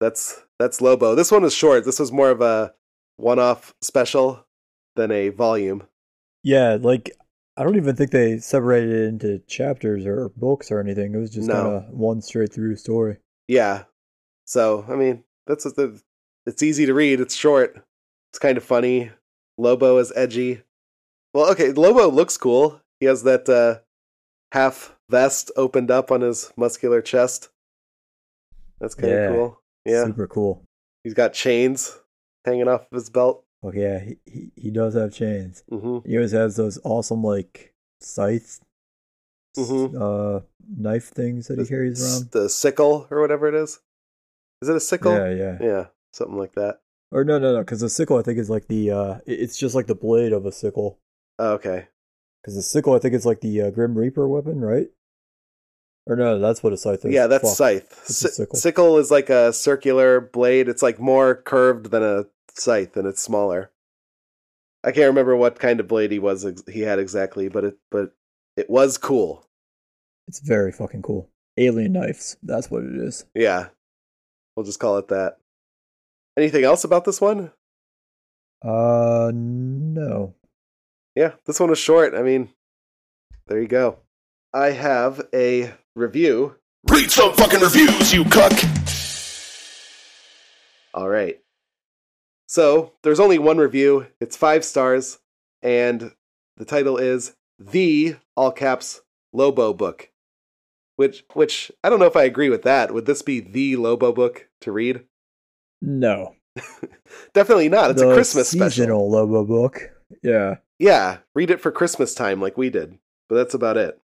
Speaker 2: that's that's Lobo. This one was short. This was more of a one-off special than a volume.
Speaker 1: Yeah, like I don't even think they separated it into chapters or books or anything. It was just
Speaker 2: No.
Speaker 1: kind of one straight through story.
Speaker 2: Yeah. So, I mean, that's what the, it's easy to read. It's short. It's kind of funny. Lobo is edgy. Well, okay, Lobo looks cool. He has that uh, half vest opened up on his muscular chest. That's kind
Speaker 1: Yeah.
Speaker 2: of cool. Yeah.
Speaker 1: super cool.
Speaker 2: He's got chains hanging off of his belt.
Speaker 1: Oh yeah, he, he he does have chains.
Speaker 2: hmm
Speaker 1: He always has those awesome like scythe, s-
Speaker 2: Mhm.
Speaker 1: uh, knife things that he carries around.
Speaker 2: The sickle or whatever it is. Is it a sickle?
Speaker 1: Yeah, yeah.
Speaker 2: yeah something like that.
Speaker 1: Or no, no, no, because the sickle I think is like the uh, it- it's just like the blade of a sickle.
Speaker 2: Oh, okay.
Speaker 1: Because the sickle I think is like the uh, Grim Reaper weapon, right? Or no, that's what a scythe is.
Speaker 2: yeah, that's
Speaker 1: Fuck.
Speaker 2: scythe.
Speaker 1: It's
Speaker 2: Si-
Speaker 1: a
Speaker 2: sickle.
Speaker 1: sickle.
Speaker 2: is like a circular blade. It's like more curved than a scythe, and it's smaller. I can't remember what kind of blade he was ex- he had exactly, but it but it was cool.
Speaker 1: It's very fucking cool. Alien knives. That's what it is.
Speaker 2: Yeah, we'll just call it that. Anything else about this one?
Speaker 1: Uh, no.
Speaker 2: Yeah, this one was short. I mean, there you go. I have a review
Speaker 3: Read some fucking reviews, you cuck.
Speaker 2: All right. So there's only one review. It's five stars, and the title is "The All Caps Lobo Book," which which I don't know if I agree with that. Would this be the Lobo book to read?
Speaker 1: No.
Speaker 2: Definitely not. It's
Speaker 1: The
Speaker 2: a Christmas
Speaker 1: seasonal
Speaker 2: special.
Speaker 1: Lobo book. Yeah.
Speaker 2: Yeah, read it for Christmas time like we did, but that's about it.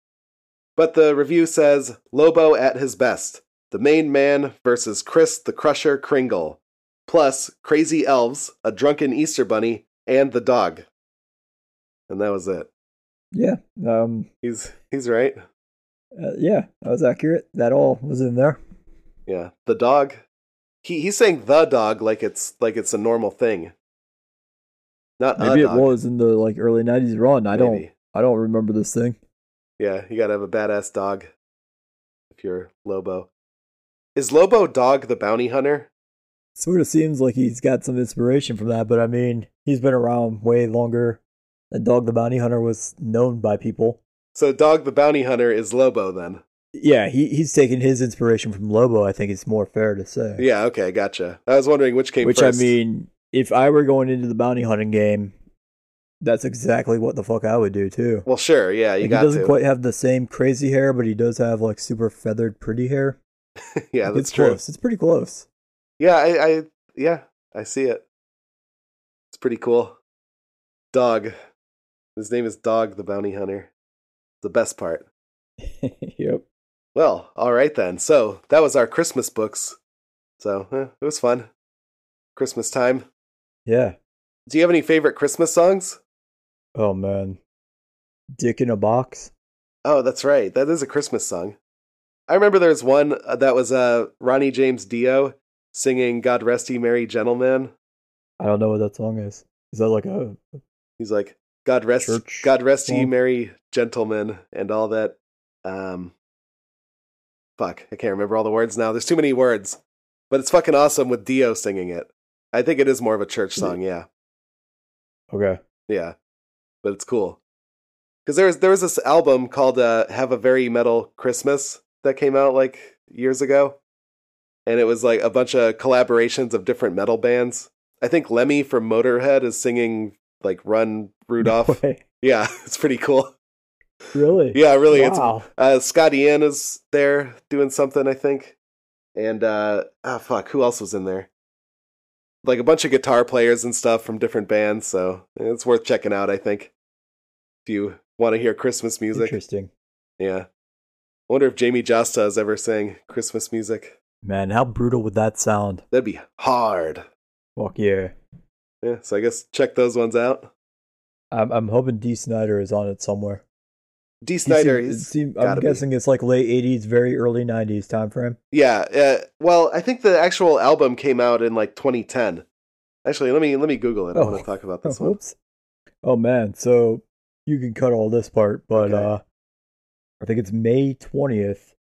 Speaker 2: But the review says Lobo at his best. The main man versus Chris the Crusher Kringle. Plus, crazy elves, a drunken Easter bunny, and the dog. And that was it.
Speaker 1: Yeah. Um.
Speaker 2: He's he's right.
Speaker 1: uh, yeah. That was accurate. That all was in there.
Speaker 2: Yeah. The dog. He he's saying the dog like it's like it's a normal thing. Not a
Speaker 1: Maybe it
Speaker 2: Uh, dog,
Speaker 1: was in the like early '90s run. I don't.
Speaker 2: maybe.
Speaker 1: I don't remember this thing.
Speaker 2: Yeah, you gotta have a badass dog if you're Lobo. Is Lobo Dog the bounty hunter?
Speaker 1: Sort of seems like he's got some inspiration from that, but I mean, he's been around way longer. than Dog the Bounty Hunter was known by people.
Speaker 2: So Dog the bounty hunter is Lobo then.
Speaker 1: Yeah, he he's taken his inspiration from Lobo. I think it's more fair to say.
Speaker 2: Yeah, okay, gotcha. I was wondering which came
Speaker 1: Which
Speaker 2: first.
Speaker 1: I mean, if I were going into the bounty hunting game, that's exactly what the fuck I would do too.
Speaker 2: well, sure, yeah, you
Speaker 1: Like, he
Speaker 2: got
Speaker 1: doesn't
Speaker 2: to.
Speaker 1: quite have the same crazy hair, but he does have like super feathered, pretty hair.
Speaker 2: (laughs) yeah,
Speaker 1: Like,
Speaker 2: that's
Speaker 1: it's
Speaker 2: true.
Speaker 1: close. It's pretty
Speaker 2: (laughs)
Speaker 1: close.
Speaker 2: Yeah, I, I, yeah, I see it. It's pretty cool. Dog. His name is Dog the bounty hunter. The best part.
Speaker 1: yep.
Speaker 2: Well, all right then. So that was our Christmas books. So eh, it was fun. Christmas time.
Speaker 1: Yeah.
Speaker 2: Do you have any favorite Christmas songs?
Speaker 1: Oh man. Dick in a box.
Speaker 2: Oh, that's right. That is a Christmas song. I remember there was one uh, that was uh, Ronnie James Dio singing "God Rest Ye Merry Gentlemen."
Speaker 1: I don't know what that song is. Is that like a
Speaker 2: He's like, "God rest,
Speaker 1: Church
Speaker 2: God rest ye
Speaker 1: song?
Speaker 2: merry gentlemen," and all that. Um, fuck, I can't remember all the words now. There's too many words, but it's fucking awesome with Dio singing it. I think it is more of a church song. Yeah,
Speaker 1: okay?
Speaker 2: yeah, but it's cool. Because there was there was this album called uh, "Have a Very Metal Christmas" that came out like years ago, and it was like a bunch of collaborations of different metal bands. I think Lemmy from Motorhead is singing like "Run
Speaker 1: (laughs)
Speaker 2: Rudolph."
Speaker 1: Wait,
Speaker 2: yeah, (laughs) it's pretty cool.
Speaker 1: really?
Speaker 2: Yeah, really, it's
Speaker 1: Wow.
Speaker 2: uh, Scott Ian is there doing something, I think. And uh, ah, fuck, who else was in there? like a bunch of guitar players and stuff from different bands. So it's worth checking out. I think if you want to hear Christmas music,
Speaker 1: Interesting.
Speaker 2: yeah. I wonder if Jamie Josta has ever sang Christmas music.
Speaker 1: Man, how brutal would that sound?
Speaker 2: That'd be hard.
Speaker 1: Fuck yeah.
Speaker 2: Yeah, so I guess check those ones out.
Speaker 1: I'm, I'm hoping D. Snyder is on it somewhere.
Speaker 2: D.
Speaker 1: He seem-
Speaker 2: Snyder,
Speaker 1: it
Speaker 2: he's-
Speaker 1: seem- I'm
Speaker 2: gotta be.
Speaker 1: guessing it's like late 80s, very early 90s time frame. (laughs)
Speaker 2: yeah. Uh, well, I think the actual album came out in like 2010. Actually, let me let me Google it. I
Speaker 1: Oh.
Speaker 2: want to talk about
Speaker 1: Oh,
Speaker 2: this one.
Speaker 1: whoops. Oh man, so you can cut all this part, but
Speaker 2: Okay.
Speaker 1: uh I think it's May 20th.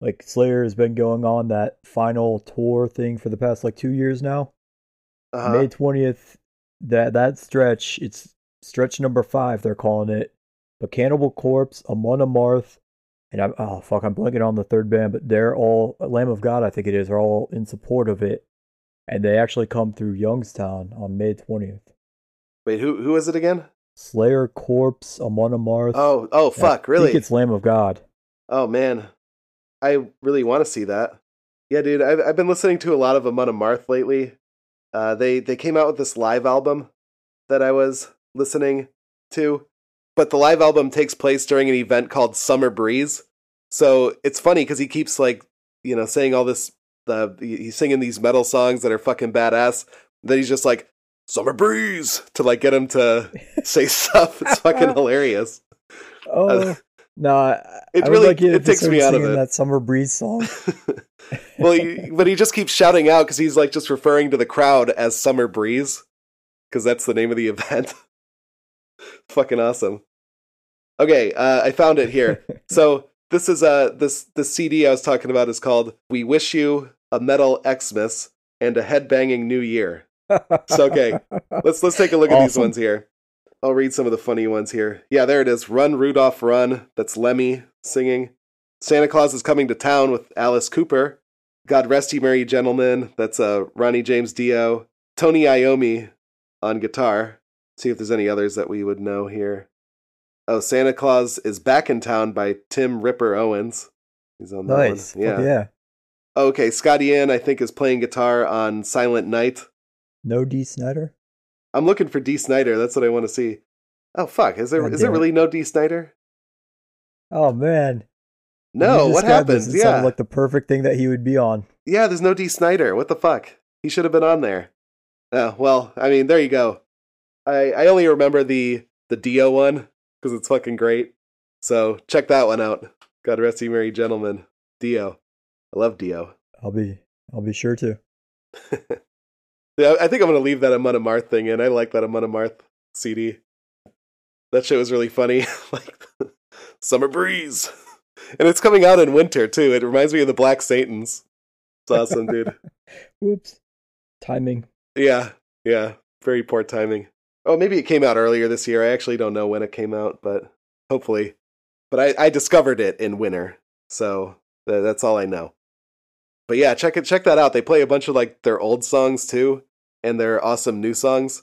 Speaker 1: Like Slayer has been going on that final tour thing for the past like 2 years now.
Speaker 2: Uh-huh.
Speaker 1: May 20th that that stretch, it's stretch number 5 they're calling it. But Cannibal Corpse, Amon Amarth, and I'm oh fuck, I'm blanking on the third band, but they're all Lamb of God, I think it is, are all in support of it. And they actually come through Youngstown on May 20th.
Speaker 2: Wait, who who is it again?
Speaker 1: Slayer Corpse, Amon Amarth.
Speaker 2: Oh, oh,
Speaker 1: And I
Speaker 2: fuck, really?
Speaker 1: think it's Lamb of God.
Speaker 2: Oh man, I really want to see that. Yeah, dude, I've I've been listening to a lot of Amon Amarth lately. Uh, they they came out with this live album that I was listening to, but the live album takes place during an event called Summer Breeze. So it's funny because he keeps like you know saying all this. Uh, he- he's singing these metal songs that are fucking badass. Then he's just like Summer Breeze to like get him to
Speaker 1: (laughs)
Speaker 2: say stuff. It's fucking hilarious.
Speaker 1: Oh, no, I-
Speaker 2: Uh, it
Speaker 1: I would
Speaker 2: really-
Speaker 1: like
Speaker 2: it
Speaker 1: if he
Speaker 2: takes
Speaker 1: started
Speaker 2: me out of
Speaker 1: singing
Speaker 2: it.
Speaker 1: That summer breeze
Speaker 2: (laughs)
Speaker 1: song.
Speaker 2: well, he, but he just keeps shouting out because he's like just referring to the crowd as Summer Breeze because that's the name of the (laughs) event. Fucking awesome. Okay, uh, I found it here. so this is uh this the CD I was talking about is called "We Wish You a Metal Xmas and a Headbanging New Year." So, okay. Let's let's take a look at these
Speaker 1: Awesome.
Speaker 2: ones here. I'll read some of the funny ones here. Yeah, there it is. Run Rudolph Run. That's Lemmy singing. Santa Claus is coming to town with Alice Cooper. God rest ye merry gentlemen. That's uh, Ronnie James Dio. Tony Iommi on guitar. See if there's any others that we would know here. Oh, Santa Claus is back in town by Tim Ripper Owens. He's on that one.
Speaker 1: nice. Yeah. yeah.
Speaker 2: Okay, Scotty Ann I think is playing guitar on Silent Night.
Speaker 1: No D. Snyder.
Speaker 2: I'm looking for D. Snyder. That's what I want to see. Oh fuck! Is there
Speaker 1: God
Speaker 2: is there
Speaker 1: damn it.
Speaker 2: really no D. Snyder?
Speaker 1: Oh man. When
Speaker 2: No.
Speaker 1: you
Speaker 2: What
Speaker 1: described this,
Speaker 2: happens?
Speaker 1: it sounded
Speaker 2: Yeah,
Speaker 1: like the perfect thing that he would be on.
Speaker 2: yeah. There's no D. Snyder. What the fuck? He should have been on there. Oh well. I mean, there you go. I I only remember the the Dio one because it's fucking great. So check that one out. God rest you, merry gentlemen. Dio. I love Dio.
Speaker 1: I'll be. I'll be sure to.
Speaker 2: Yeah, I think I'm gonna leave that Amon Amarth thing in. I like that Amon Amarth CD. That shit was really funny. (laughs) like summer breeze, and it's coming out in winter too. It reminds me of the Black Satans. It's awesome, dude.
Speaker 1: Whoops. Timing.
Speaker 2: Yeah, yeah. Very poor timing. Oh, maybe it came out earlier this year. I actually don't know when it came out, but hopefully. But I, I discovered it in winter, so tha- that's all I know. But yeah, check it, check that out. They play a bunch of like their old songs too, and their awesome new songs.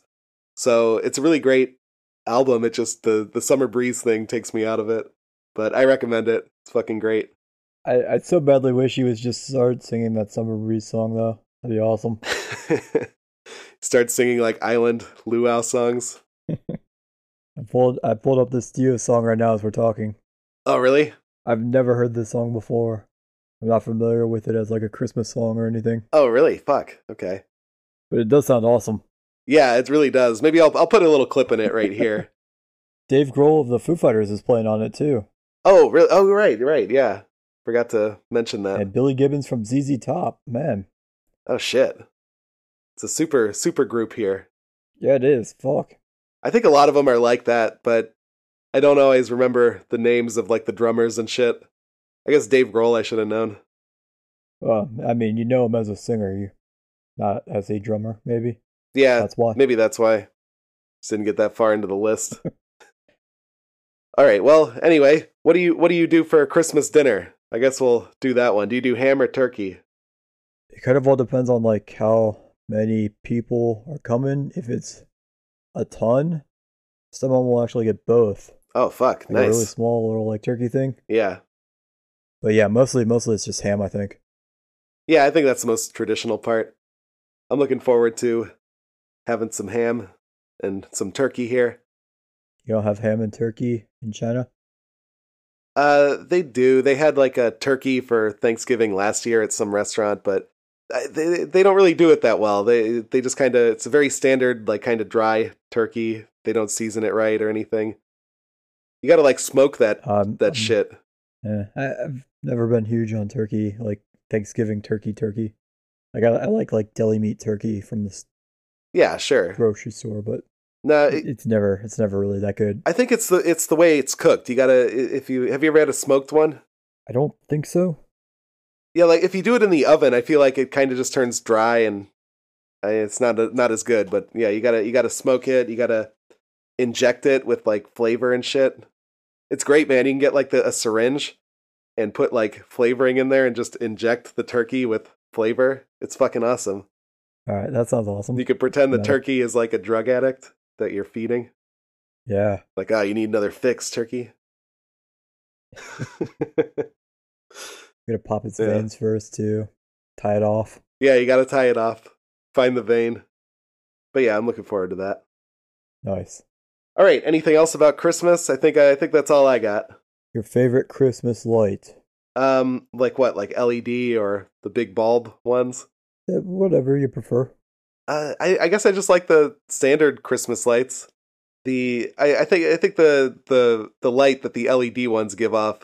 Speaker 2: So it's a really great album. It just the the summer breeze thing takes me out of it, but I recommend it. It's fucking great. (laughs)
Speaker 1: I, I so badly wish he was just start singing that summer breeze song though. That'd be awesome.
Speaker 2: Start singing like island luau songs.
Speaker 1: I pulled. I pulled up this Dio song right now as we're talking.
Speaker 2: Oh, really?
Speaker 1: I've never heard this song before. I'm not familiar with it as like a Christmas song or anything,
Speaker 2: Oh, really? Fuck. Okay.
Speaker 1: but it does sound awesome.
Speaker 2: Yeah, it really does. Maybe I'll I'll put a little clip in it
Speaker 1: (laughs)
Speaker 2: right here.
Speaker 1: Dave Grohl of the Foo Fighters is playing on it too,
Speaker 2: oh, really? Oh, right, right. Yeah, forgot to mention that.
Speaker 1: and Billy Gibbons from ZZ Top. Man,
Speaker 2: Oh shit, it's a super super group here.
Speaker 1: yeah, it is. Fuck.
Speaker 2: I think a lot of them are like that, but I don't always remember the names of like the drummers and shit. I guess Dave Grohl I should have known.
Speaker 1: Well, I mean, you know him as a singer, you not as a drummer, maybe.
Speaker 2: Yeah,
Speaker 1: That's why.
Speaker 2: Maybe that's why. Just didn't get that far into
Speaker 1: (laughs)
Speaker 2: the list. All right. Well, anyway, what do you what do you do for a Christmas dinner? I guess we'll do that one. Do you do ham or turkey?
Speaker 1: It kind of all depends on like how many people are coming. If it's a ton, someone will actually get both.
Speaker 2: Oh fuck,
Speaker 1: Like a really
Speaker 2: nice.
Speaker 1: small little like turkey thing.
Speaker 2: Yeah.
Speaker 1: But yeah, mostly mostly it's just ham, I think.
Speaker 2: Yeah, I think that's the most traditional part. I'm looking forward to having some ham and some turkey here.
Speaker 1: You don't have ham and turkey in China?
Speaker 2: Uh, they do. They had like a turkey for Thanksgiving last year at some restaurant, but uh, they they don't really do it that well. They they just kind of it's a very standard like kind of dry turkey. They don't season it right or anything. You got to like smoke that
Speaker 1: Um,
Speaker 2: that
Speaker 1: um,
Speaker 2: shit.
Speaker 1: Yeah, I, I've never been huge on turkey, like Thanksgiving turkey, turkey. Like I, I like like deli meat turkey from the s-
Speaker 2: Yeah, sure.
Speaker 1: grocery store, but
Speaker 2: No,
Speaker 1: it- it's never it's never really that good.
Speaker 2: I think it's the it's the way it's cooked. You gotta i- if you have you ever had a smoked one?
Speaker 1: I don't think so.
Speaker 2: Yeah, like if you do it in the oven, I feel like it kind of just turns dry and uh, it's not a, not as good. But yeah, you gotta you gotta smoke it. You gotta inject it with like flavor and shit. It's great, man. You can get like the, a syringe and put like flavoring in there and just inject the turkey with flavor. It's fucking awesome.
Speaker 1: All right, that sounds awesome.
Speaker 2: You could pretend the
Speaker 1: No.
Speaker 2: turkey is like a drug addict that you're feeding.
Speaker 1: Yeah,
Speaker 2: Like, oh, you need another fix, turkey.
Speaker 1: I'm gonna pop its
Speaker 2: Yeah.
Speaker 1: veins first to tie it off.
Speaker 2: Yeah, you got to tie it off. Find the vein. But yeah, I'm looking forward to that.
Speaker 1: Nice.
Speaker 2: All right, anything else about Christmas? I think I think that's all I got.
Speaker 1: Your favorite Christmas light?
Speaker 2: Um like what? Like LED or the big bulb ones?
Speaker 1: Eh, Whatever you prefer.
Speaker 2: Uh I I guess I just like the standard Christmas lights. The I I think I think the the the light that the LED ones give off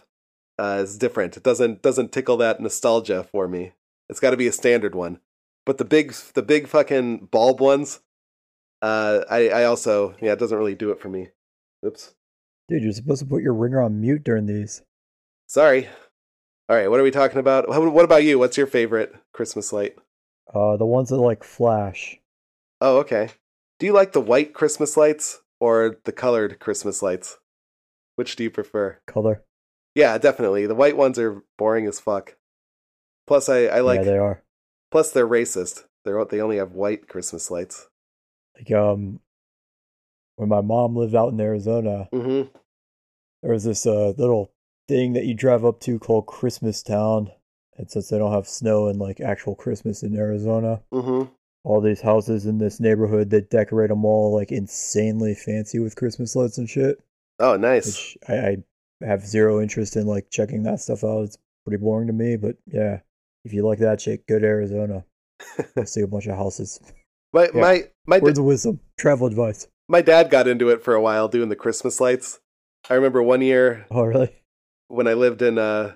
Speaker 2: uh is different. It doesn't doesn't tickle that nostalgia for me. It's got to be a standard one. But the big the big fucking bulb ones uh I I also yeah, it doesn't really do it for me. Oops.
Speaker 1: Dude, you're supposed to put your ringer on mute during these.
Speaker 2: Sorry. All right, what are we talking about? Wh- What about you? What's your favorite Christmas light?
Speaker 1: Uh, the ones that like flash.
Speaker 2: Oh, okay. Do you like the white Christmas lights or the colored Christmas lights? Which do you prefer?
Speaker 1: color.
Speaker 2: Yeah, definitely. The white ones are boring as fuck. Plus, I, I like.
Speaker 1: yeah, they are.
Speaker 2: plus, they're racist. They're o- they only have white Christmas lights.
Speaker 1: Like um, when my mom lived out in Arizona,
Speaker 2: Mm-hmm.
Speaker 1: there was this uh little thing that you drive up to called Christmas Town, and since they don't have snow and like actual Christmas in Arizona,
Speaker 2: Mm-hmm.
Speaker 1: all these houses in this neighborhood they decorate them all like insanely fancy with Christmas lights and shit.
Speaker 2: Oh, nice.
Speaker 1: Which I, I have zero interest in like checking that stuff out. It's pretty boring to me, but yeah, if you like that shit, go to Arizona. You'll see a bunch of
Speaker 2: (laughs)
Speaker 1: houses.
Speaker 2: My
Speaker 1: yeah.
Speaker 2: my my da-
Speaker 1: Words of wisdom, travel advice. (laughs)
Speaker 2: my dad got into it for a while doing the Christmas lights. I remember one year
Speaker 1: Oh really?
Speaker 2: when I lived in uh,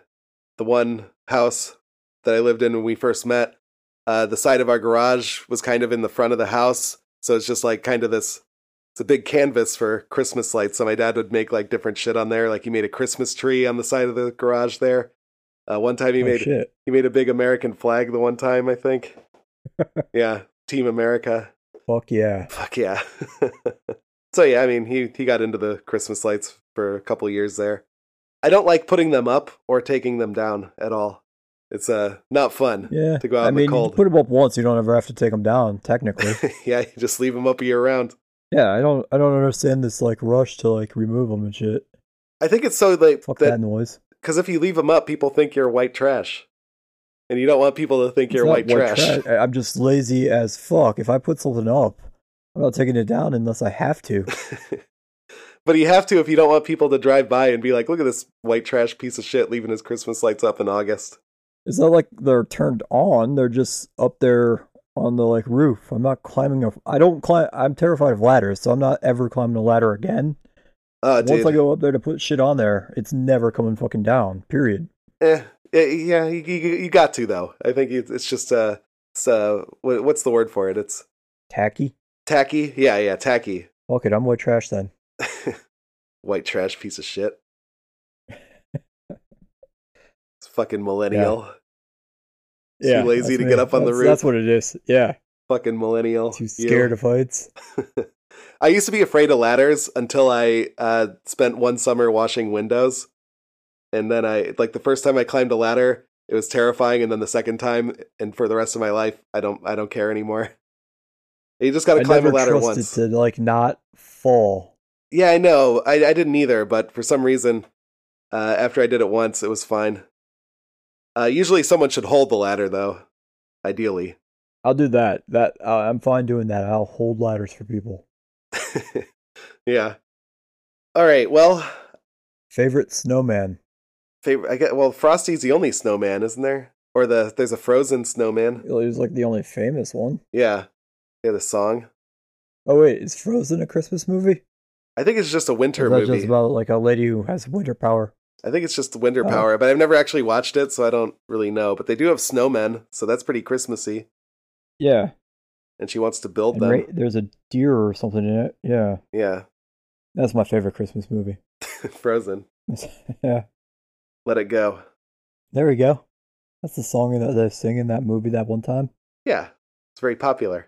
Speaker 2: the one house that I lived in when we first met, uh, the side of our garage was kind of in the front of the house. So it's just like kind of this, it's a big canvas for Christmas lights. So my dad would make like different shit on there. Like he made a Christmas tree on the side of the garage there. Uh, one time he
Speaker 1: Oh,
Speaker 2: made
Speaker 1: shit.
Speaker 2: he made a big American flag the one time I
Speaker 1: (laughs)
Speaker 2: think. yeah, Team America.
Speaker 1: Fuck yeah.
Speaker 2: Fuck yeah. (laughs) so yeah, I mean, he he got into the Christmas lights for a couple years there. I don't like putting them up or taking them down at all. It's uh not fun.
Speaker 1: Yeah.
Speaker 2: To go out
Speaker 1: I
Speaker 2: in the
Speaker 1: mean, you
Speaker 2: cold.
Speaker 1: can put them up once, you don't ever have to take them down, technically.
Speaker 2: (laughs) yeah, you just leave them up year round.
Speaker 1: yeah, I don't I don't understand this like rush to like remove them and shit.
Speaker 2: I think it's so like
Speaker 1: Fuck that,
Speaker 2: that
Speaker 1: noise.
Speaker 2: because if you leave them up, people think you're white trash, and you don't want people to think
Speaker 1: It's
Speaker 2: you're
Speaker 1: not
Speaker 2: white, trash.
Speaker 1: I- I'm just lazy as fuck. If I put something up, I'm not taking it down unless I have to.
Speaker 2: But you have to if you don't want people to drive by and be like, "Look at this white trash piece of shit leaving his Christmas lights up in August."
Speaker 1: It's not like they're turned on, they're just up there on the like roof. I'm not climbing a I don't climb I'm terrified of ladders, so I'm not ever climbing a ladder again.
Speaker 2: Oh,
Speaker 1: Once
Speaker 2: dude.
Speaker 1: I go up there to put shit on there, it's never coming fucking down. Period.
Speaker 2: Eh, eh, yeah, you, you, you got to though. I think it's it's just uh, it's, uh, what, what's the word for it? It's
Speaker 1: Tacky.
Speaker 2: tacky. Yeah, yeah, tacky.
Speaker 1: Fuck it, I'm white trash then.
Speaker 2: White trash piece of shit. it's fucking millennial. Too lazy
Speaker 1: that's
Speaker 2: to
Speaker 1: me.
Speaker 2: get up on the
Speaker 1: That's-
Speaker 2: roof.
Speaker 1: That's what it is. Yeah,
Speaker 2: Fucking millennial.
Speaker 1: too scared
Speaker 2: you.
Speaker 1: of heights.
Speaker 2: I used to be afraid of ladders until I uh, spent one summer washing windows. And then I, like, the first time I climbed a ladder, it was terrifying. And then the second time, and for the rest of my life, I don't, I don't care anymore. You just got to
Speaker 1: I
Speaker 2: climb
Speaker 1: never
Speaker 2: a ladder
Speaker 1: trusted
Speaker 2: once.
Speaker 1: to like not fall.
Speaker 2: Yeah, I know. I, I didn't either, but for some reason, uh, after I did it once, it was fine. Uh, usually someone should hold the ladder, though, ideally.
Speaker 1: I'll do that. That uh, I'm fine doing that. I'll hold ladders for people.
Speaker 2: yeah. All right. Well,
Speaker 1: Favorite snowman.
Speaker 2: favorite. I get. Well, Frosty's the only snowman, isn't there? Or the there's a frozen snowman.
Speaker 1: He was like the only famous one.
Speaker 2: Yeah. Yeah. The song.
Speaker 1: Oh wait, is Frozen a Christmas movie?
Speaker 2: I think it's just a
Speaker 1: Or
Speaker 2: winter
Speaker 1: is that
Speaker 2: movie.
Speaker 1: just about like a lady who has winter power?
Speaker 2: I think it's just winter
Speaker 1: Oh.
Speaker 2: power, but I've never actually watched it, so I don't really know. But they do have snowmen, so that's pretty Christmassy.
Speaker 1: Yeah.
Speaker 2: And she wants to build
Speaker 1: And
Speaker 2: them.
Speaker 1: Ra- there's a deer or something in it. Yeah.
Speaker 2: Yeah.
Speaker 1: That's my favorite Christmas movie.
Speaker 2: (laughs) Frozen.
Speaker 1: (laughs) yeah.
Speaker 2: Let it go.
Speaker 1: There we go. That's the song that they sing in that movie that one time.
Speaker 2: Yeah. It's very popular.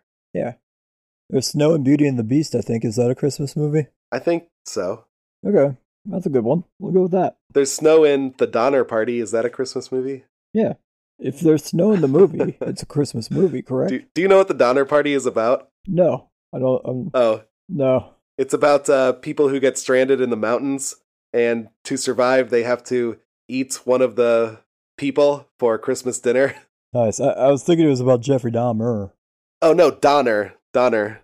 Speaker 1: There's Snow and Beauty and the Beast, I think. Is that a Christmas movie?
Speaker 2: I think so.
Speaker 1: Okay. That's a good one. We'll go with that.
Speaker 2: There's snow in The Donner Party. Is that a Christmas movie?
Speaker 1: If there's snow in the
Speaker 2: (laughs)
Speaker 1: movie, it's a Christmas movie, correct?
Speaker 2: Do, do you know what The Donner Party is about?
Speaker 1: no. I don't um,
Speaker 2: Oh,
Speaker 1: no.
Speaker 2: it's about uh, people who get stranded in the mountains, and to survive, they have to eat one of the people for Christmas dinner. (laughs)
Speaker 1: Nice. I, I was thinking it was about Jeffrey Dahmer.
Speaker 2: Oh no, Donner, Donner,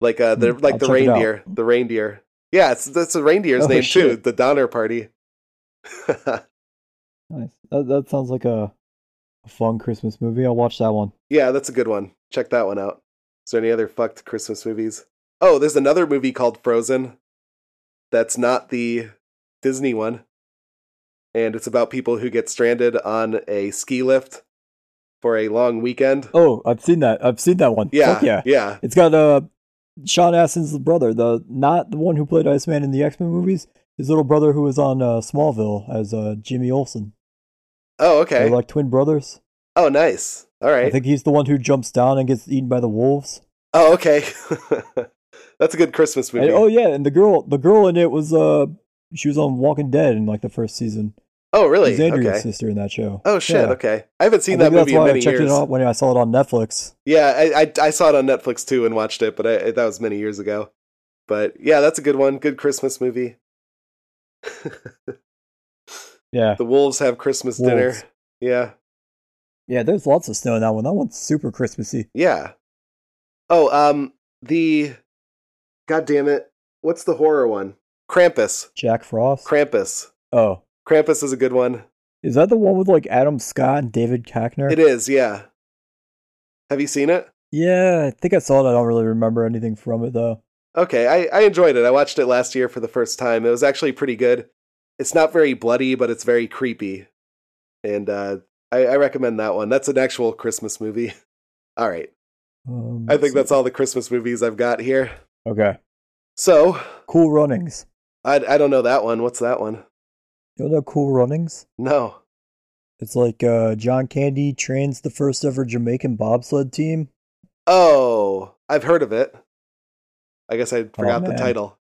Speaker 2: like uh, the
Speaker 1: Hmm,
Speaker 2: like
Speaker 1: I'll
Speaker 2: the
Speaker 1: check it out.
Speaker 2: reindeer, the reindeer. Yeah, it's that's a reindeer's
Speaker 1: Oh,
Speaker 2: name too.
Speaker 1: shit.
Speaker 2: The Donner Party. (laughs)
Speaker 1: Nice. That, that sounds like a, a fun Christmas movie. I'll watch that one.
Speaker 2: yeah, that's a good one. Check that one out. Is there any other fucked Christmas movies? Oh, there's another movie called Frozen. That's not the Disney one, and it's about people who get stranded on a ski lift for a long weekend.
Speaker 1: Oh, I've seen that. I've seen that one.
Speaker 2: yeah,
Speaker 1: Fuck yeah.
Speaker 2: yeah,
Speaker 1: It's got uh Sean Astin's brother, the not the one who played Iceman in the X Men movies. His little brother who was on uh, Smallville as uh, Jimmy Olsen.
Speaker 2: Oh, okay.
Speaker 1: They're like twin brothers.
Speaker 2: oh, nice. All
Speaker 1: I
Speaker 2: right.
Speaker 1: think he's the one who jumps down and gets eaten by the wolves.
Speaker 2: Oh, okay. (laughs) That's a good Christmas movie.
Speaker 1: And, oh yeah, and the girl, the girl in it was uh, she was on Walking Dead in like the first season.
Speaker 2: Oh, really?
Speaker 1: She's Andrea's
Speaker 2: Okay.
Speaker 1: sister in that show.
Speaker 2: Oh shit.
Speaker 1: Yeah.
Speaker 2: Okay. I haven't seen
Speaker 1: I
Speaker 2: that
Speaker 1: think that's
Speaker 2: movie in
Speaker 1: why I
Speaker 2: many
Speaker 1: checked
Speaker 2: years.
Speaker 1: it out when I saw it on Netflix.
Speaker 2: Yeah, I, I I saw it on Netflix too and watched it, but I, that was many years ago. But yeah, that's a good one. Good Christmas movie.
Speaker 1: Yeah,
Speaker 2: The wolves have Christmas dinner.
Speaker 1: Wolves.
Speaker 2: Yeah.
Speaker 1: yeah. There's lots of snow in that one. That one's super Christmassy.
Speaker 2: Yeah. Oh, um, the. God damn it! What's the horror one? Krampus.
Speaker 1: Jack Frost.
Speaker 2: Krampus.
Speaker 1: oh,
Speaker 2: Krampus is a good one.
Speaker 1: is that the one with like Adam Scott and David Koechner?
Speaker 2: It is. Yeah. Have you seen it?
Speaker 1: Yeah, I think I saw it. I don't really remember anything from it though.
Speaker 2: Okay, I, I enjoyed it. I watched it last year for the first time. It was actually pretty good. It's not very bloody, but it's very creepy. And uh, I, I recommend that one. That's an actual Christmas movie. (laughs) All right.
Speaker 1: Um,
Speaker 2: I think
Speaker 1: let's
Speaker 2: that's
Speaker 1: see.
Speaker 2: all the Christmas movies I've got here.
Speaker 1: Okay.
Speaker 2: So,
Speaker 1: Cool Runnings.
Speaker 2: I, I don't know that one. What's that one?
Speaker 1: You know Cool Runnings?
Speaker 2: No.
Speaker 1: It's like uh, John Candy trains the first ever Jamaican bobsled team.
Speaker 2: Oh, I've heard of it. I guess I forgot the
Speaker 1: Oh, man.
Speaker 2: title.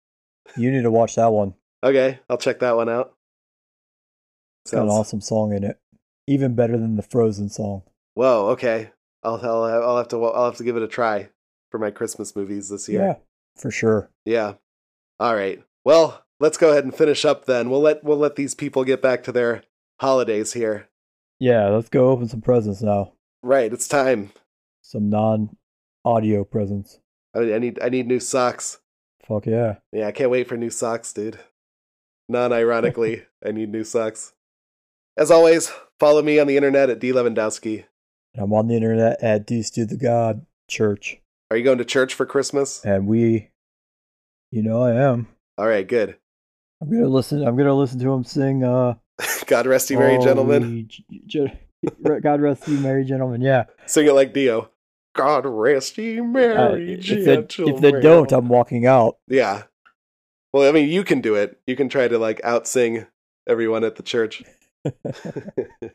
Speaker 1: You need to watch that one.
Speaker 2: Okay, I'll check that one out.
Speaker 1: It's got an awesome song in it, even better than the Frozen song.
Speaker 2: Whoa. Okay. I'll, I'll I'll have to I'll have to give it a try for my Christmas movies this year.
Speaker 1: Yeah, for sure.
Speaker 2: Yeah. All right. Well, let's go ahead and finish up then. We'll let we'll let these people get back to their holidays here.
Speaker 1: Yeah, let's go open some presents now.
Speaker 2: Right, it's time.
Speaker 1: Some non-audio presents.
Speaker 2: I, I need I need new socks.
Speaker 1: Fuck yeah.
Speaker 2: Yeah, I can't wait for new socks, dude. Non-ironically, I need new socks. As always, follow me on the internet at D Lewandowski.
Speaker 1: And I'm on the internet at Deuce to the God Church,
Speaker 2: Are you going to church for Christmas?
Speaker 1: and we, you know, I am.
Speaker 2: All right, good. (laughs)
Speaker 1: I'm gonna listen. I'm gonna listen to him sing. Uh,
Speaker 2: God rest you, merry
Speaker 1: Oh,
Speaker 2: gentlemen.
Speaker 1: Holy G- Gen- God rest you, merry gentlemen. Yeah.
Speaker 2: Sing it like Dio. God rest you,
Speaker 1: Uh,
Speaker 2: merry
Speaker 1: if,
Speaker 2: gentlemen.
Speaker 1: they, if they don't, I'm walking out.
Speaker 2: Yeah. Well, I mean, you can do it. You can try to like outsing everyone at
Speaker 1: (laughs)
Speaker 2: the church. (laughs)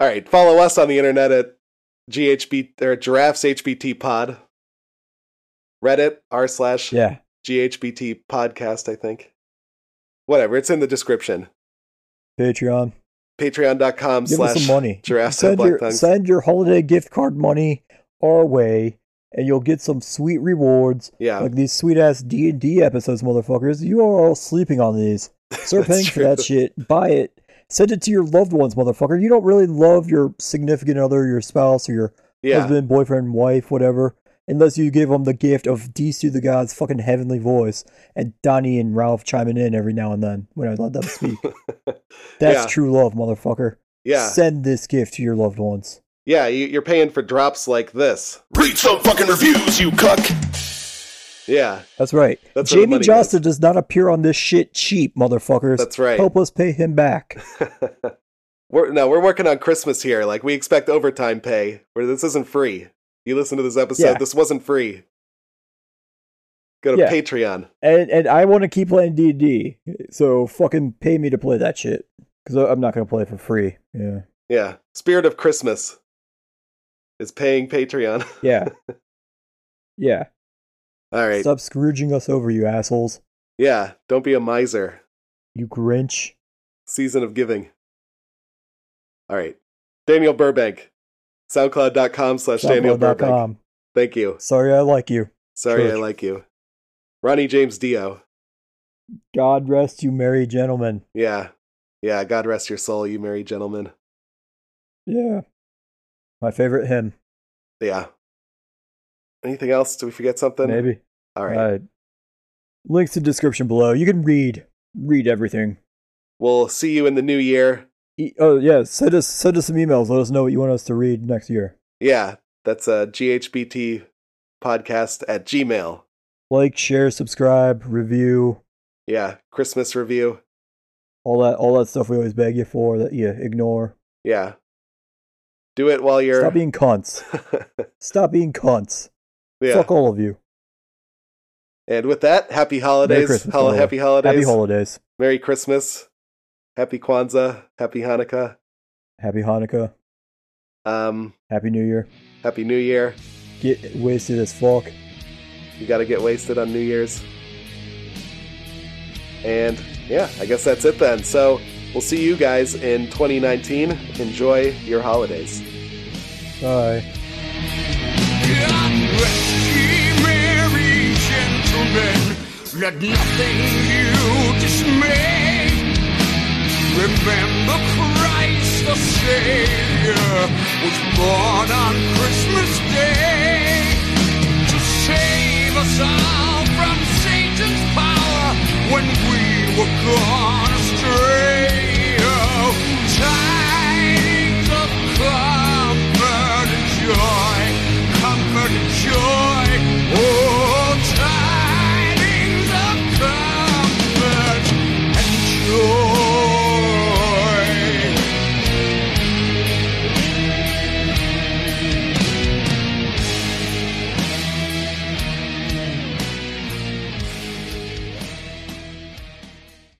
Speaker 2: All right, follow us on the internet at GHB or Giraffes HBT Pod, Reddit r slash
Speaker 1: Yeah.
Speaker 2: GHBT Podcast. I think whatever. It's in the description.
Speaker 1: Patreon.
Speaker 2: Patreon.com
Speaker 1: Give us
Speaker 2: slash
Speaker 1: some money.
Speaker 2: Giraffes and
Speaker 1: Send
Speaker 2: Black
Speaker 1: your,
Speaker 2: Tongues.
Speaker 1: send your holiday gift card money our way, and you'll get some sweet rewards
Speaker 2: yeah,
Speaker 1: like these sweet ass D and D episodes, motherfuckers. You are all sleeping on
Speaker 2: (laughs)
Speaker 1: these. Start
Speaker 2: That's
Speaker 1: paying
Speaker 2: true.
Speaker 1: for that shit. Buy it. Send it to your loved ones, motherfucker. You don't really love your significant other, your spouse, or your
Speaker 2: Yeah.
Speaker 1: husband, boyfriend, wife, whatever. Unless you give them the gift of D's to the God's fucking heavenly voice and Donnie and Ralph chiming in every now and then when I let them
Speaker 2: (laughs)
Speaker 1: speak. That's
Speaker 2: yeah.
Speaker 1: true love, motherfucker.
Speaker 2: Yeah.
Speaker 1: Send this gift to your loved ones.
Speaker 2: Yeah, you, you're paying for drops like this.
Speaker 3: Read some fucking reviews, you cuck.
Speaker 2: Yeah,
Speaker 1: That's right.
Speaker 2: That's where the
Speaker 1: Jamie
Speaker 2: money
Speaker 1: Johnston does not appear on this shit cheap, motherfuckers.
Speaker 2: that's right.
Speaker 1: Help us pay him back.
Speaker 2: (laughs) we're no, we're working on Christmas here. Like we expect overtime pay. Where this isn't free. You listen to this episode.
Speaker 1: Yeah.
Speaker 2: This wasn't free. Go to
Speaker 1: Yeah.
Speaker 2: Patreon.
Speaker 1: And and I want to keep playing D and D, so fucking pay me to play that shit because I'm not gonna play it for free. Yeah,
Speaker 2: Yeah, Spirit of Christmas is paying Patreon. (laughs)
Speaker 1: yeah, yeah.
Speaker 2: All right.
Speaker 1: Stop scrooging us over, you assholes.
Speaker 2: yeah, don't be a miser.
Speaker 1: You Grinch.
Speaker 2: Season of giving. All right, Daniel Burbank, SoundCloud.com slash Daniel Burbank.
Speaker 1: SoundCloud.com.
Speaker 2: Thank you.
Speaker 1: Sorry, I like you.
Speaker 2: Sorry, I
Speaker 1: Church.
Speaker 2: like you. Ronnie James Dio.
Speaker 1: God rest you, merry gentlemen.
Speaker 2: Yeah. Yeah. God rest your soul, you merry gentlemen.
Speaker 1: Yeah. My favorite hymn.
Speaker 2: Yeah. Anything else? Do we forget something?
Speaker 1: Maybe.
Speaker 2: All right.
Speaker 1: Uh, links in description below. You can read read everything.
Speaker 2: We'll see you in the new year.
Speaker 1: E- oh yeah, send us send us some emails. Let us know what you want us to read next year.
Speaker 2: Yeah. That's uh, a GHBT podcast at Gmail.
Speaker 1: Like, share, subscribe, review,
Speaker 2: Yeah. Christmas review.
Speaker 1: all that all that stuff we always beg you for that you ignore.
Speaker 2: Yeah. Do it while you're.
Speaker 1: Stop
Speaker 2: (laughs)
Speaker 1: being cunts. Stop being cunts.
Speaker 2: yeah.
Speaker 1: Fuck all of you.
Speaker 2: And with that, happy holidays.
Speaker 1: Christmas,
Speaker 2: Hol-
Speaker 1: by the way.
Speaker 2: happy holidays.
Speaker 1: Happy holidays.
Speaker 2: Merry Christmas. Happy Kwanzaa. Happy Hanukkah.
Speaker 1: Happy Hanukkah.
Speaker 2: Um,
Speaker 1: Happy New Year.
Speaker 2: happy New Year.
Speaker 1: Get wasted as fuck.
Speaker 2: You got to get wasted on New Year's. And yeah, I guess that's it then. So we'll see you guys in 2019. Enjoy your holidays.
Speaker 1: Bye.
Speaker 5: God rest ye merry gentlemen, let nothing you dismay. Remember Christ the Savior was born on Christmas Day to save us all from Satan's power when we were gone. Oh, Oh,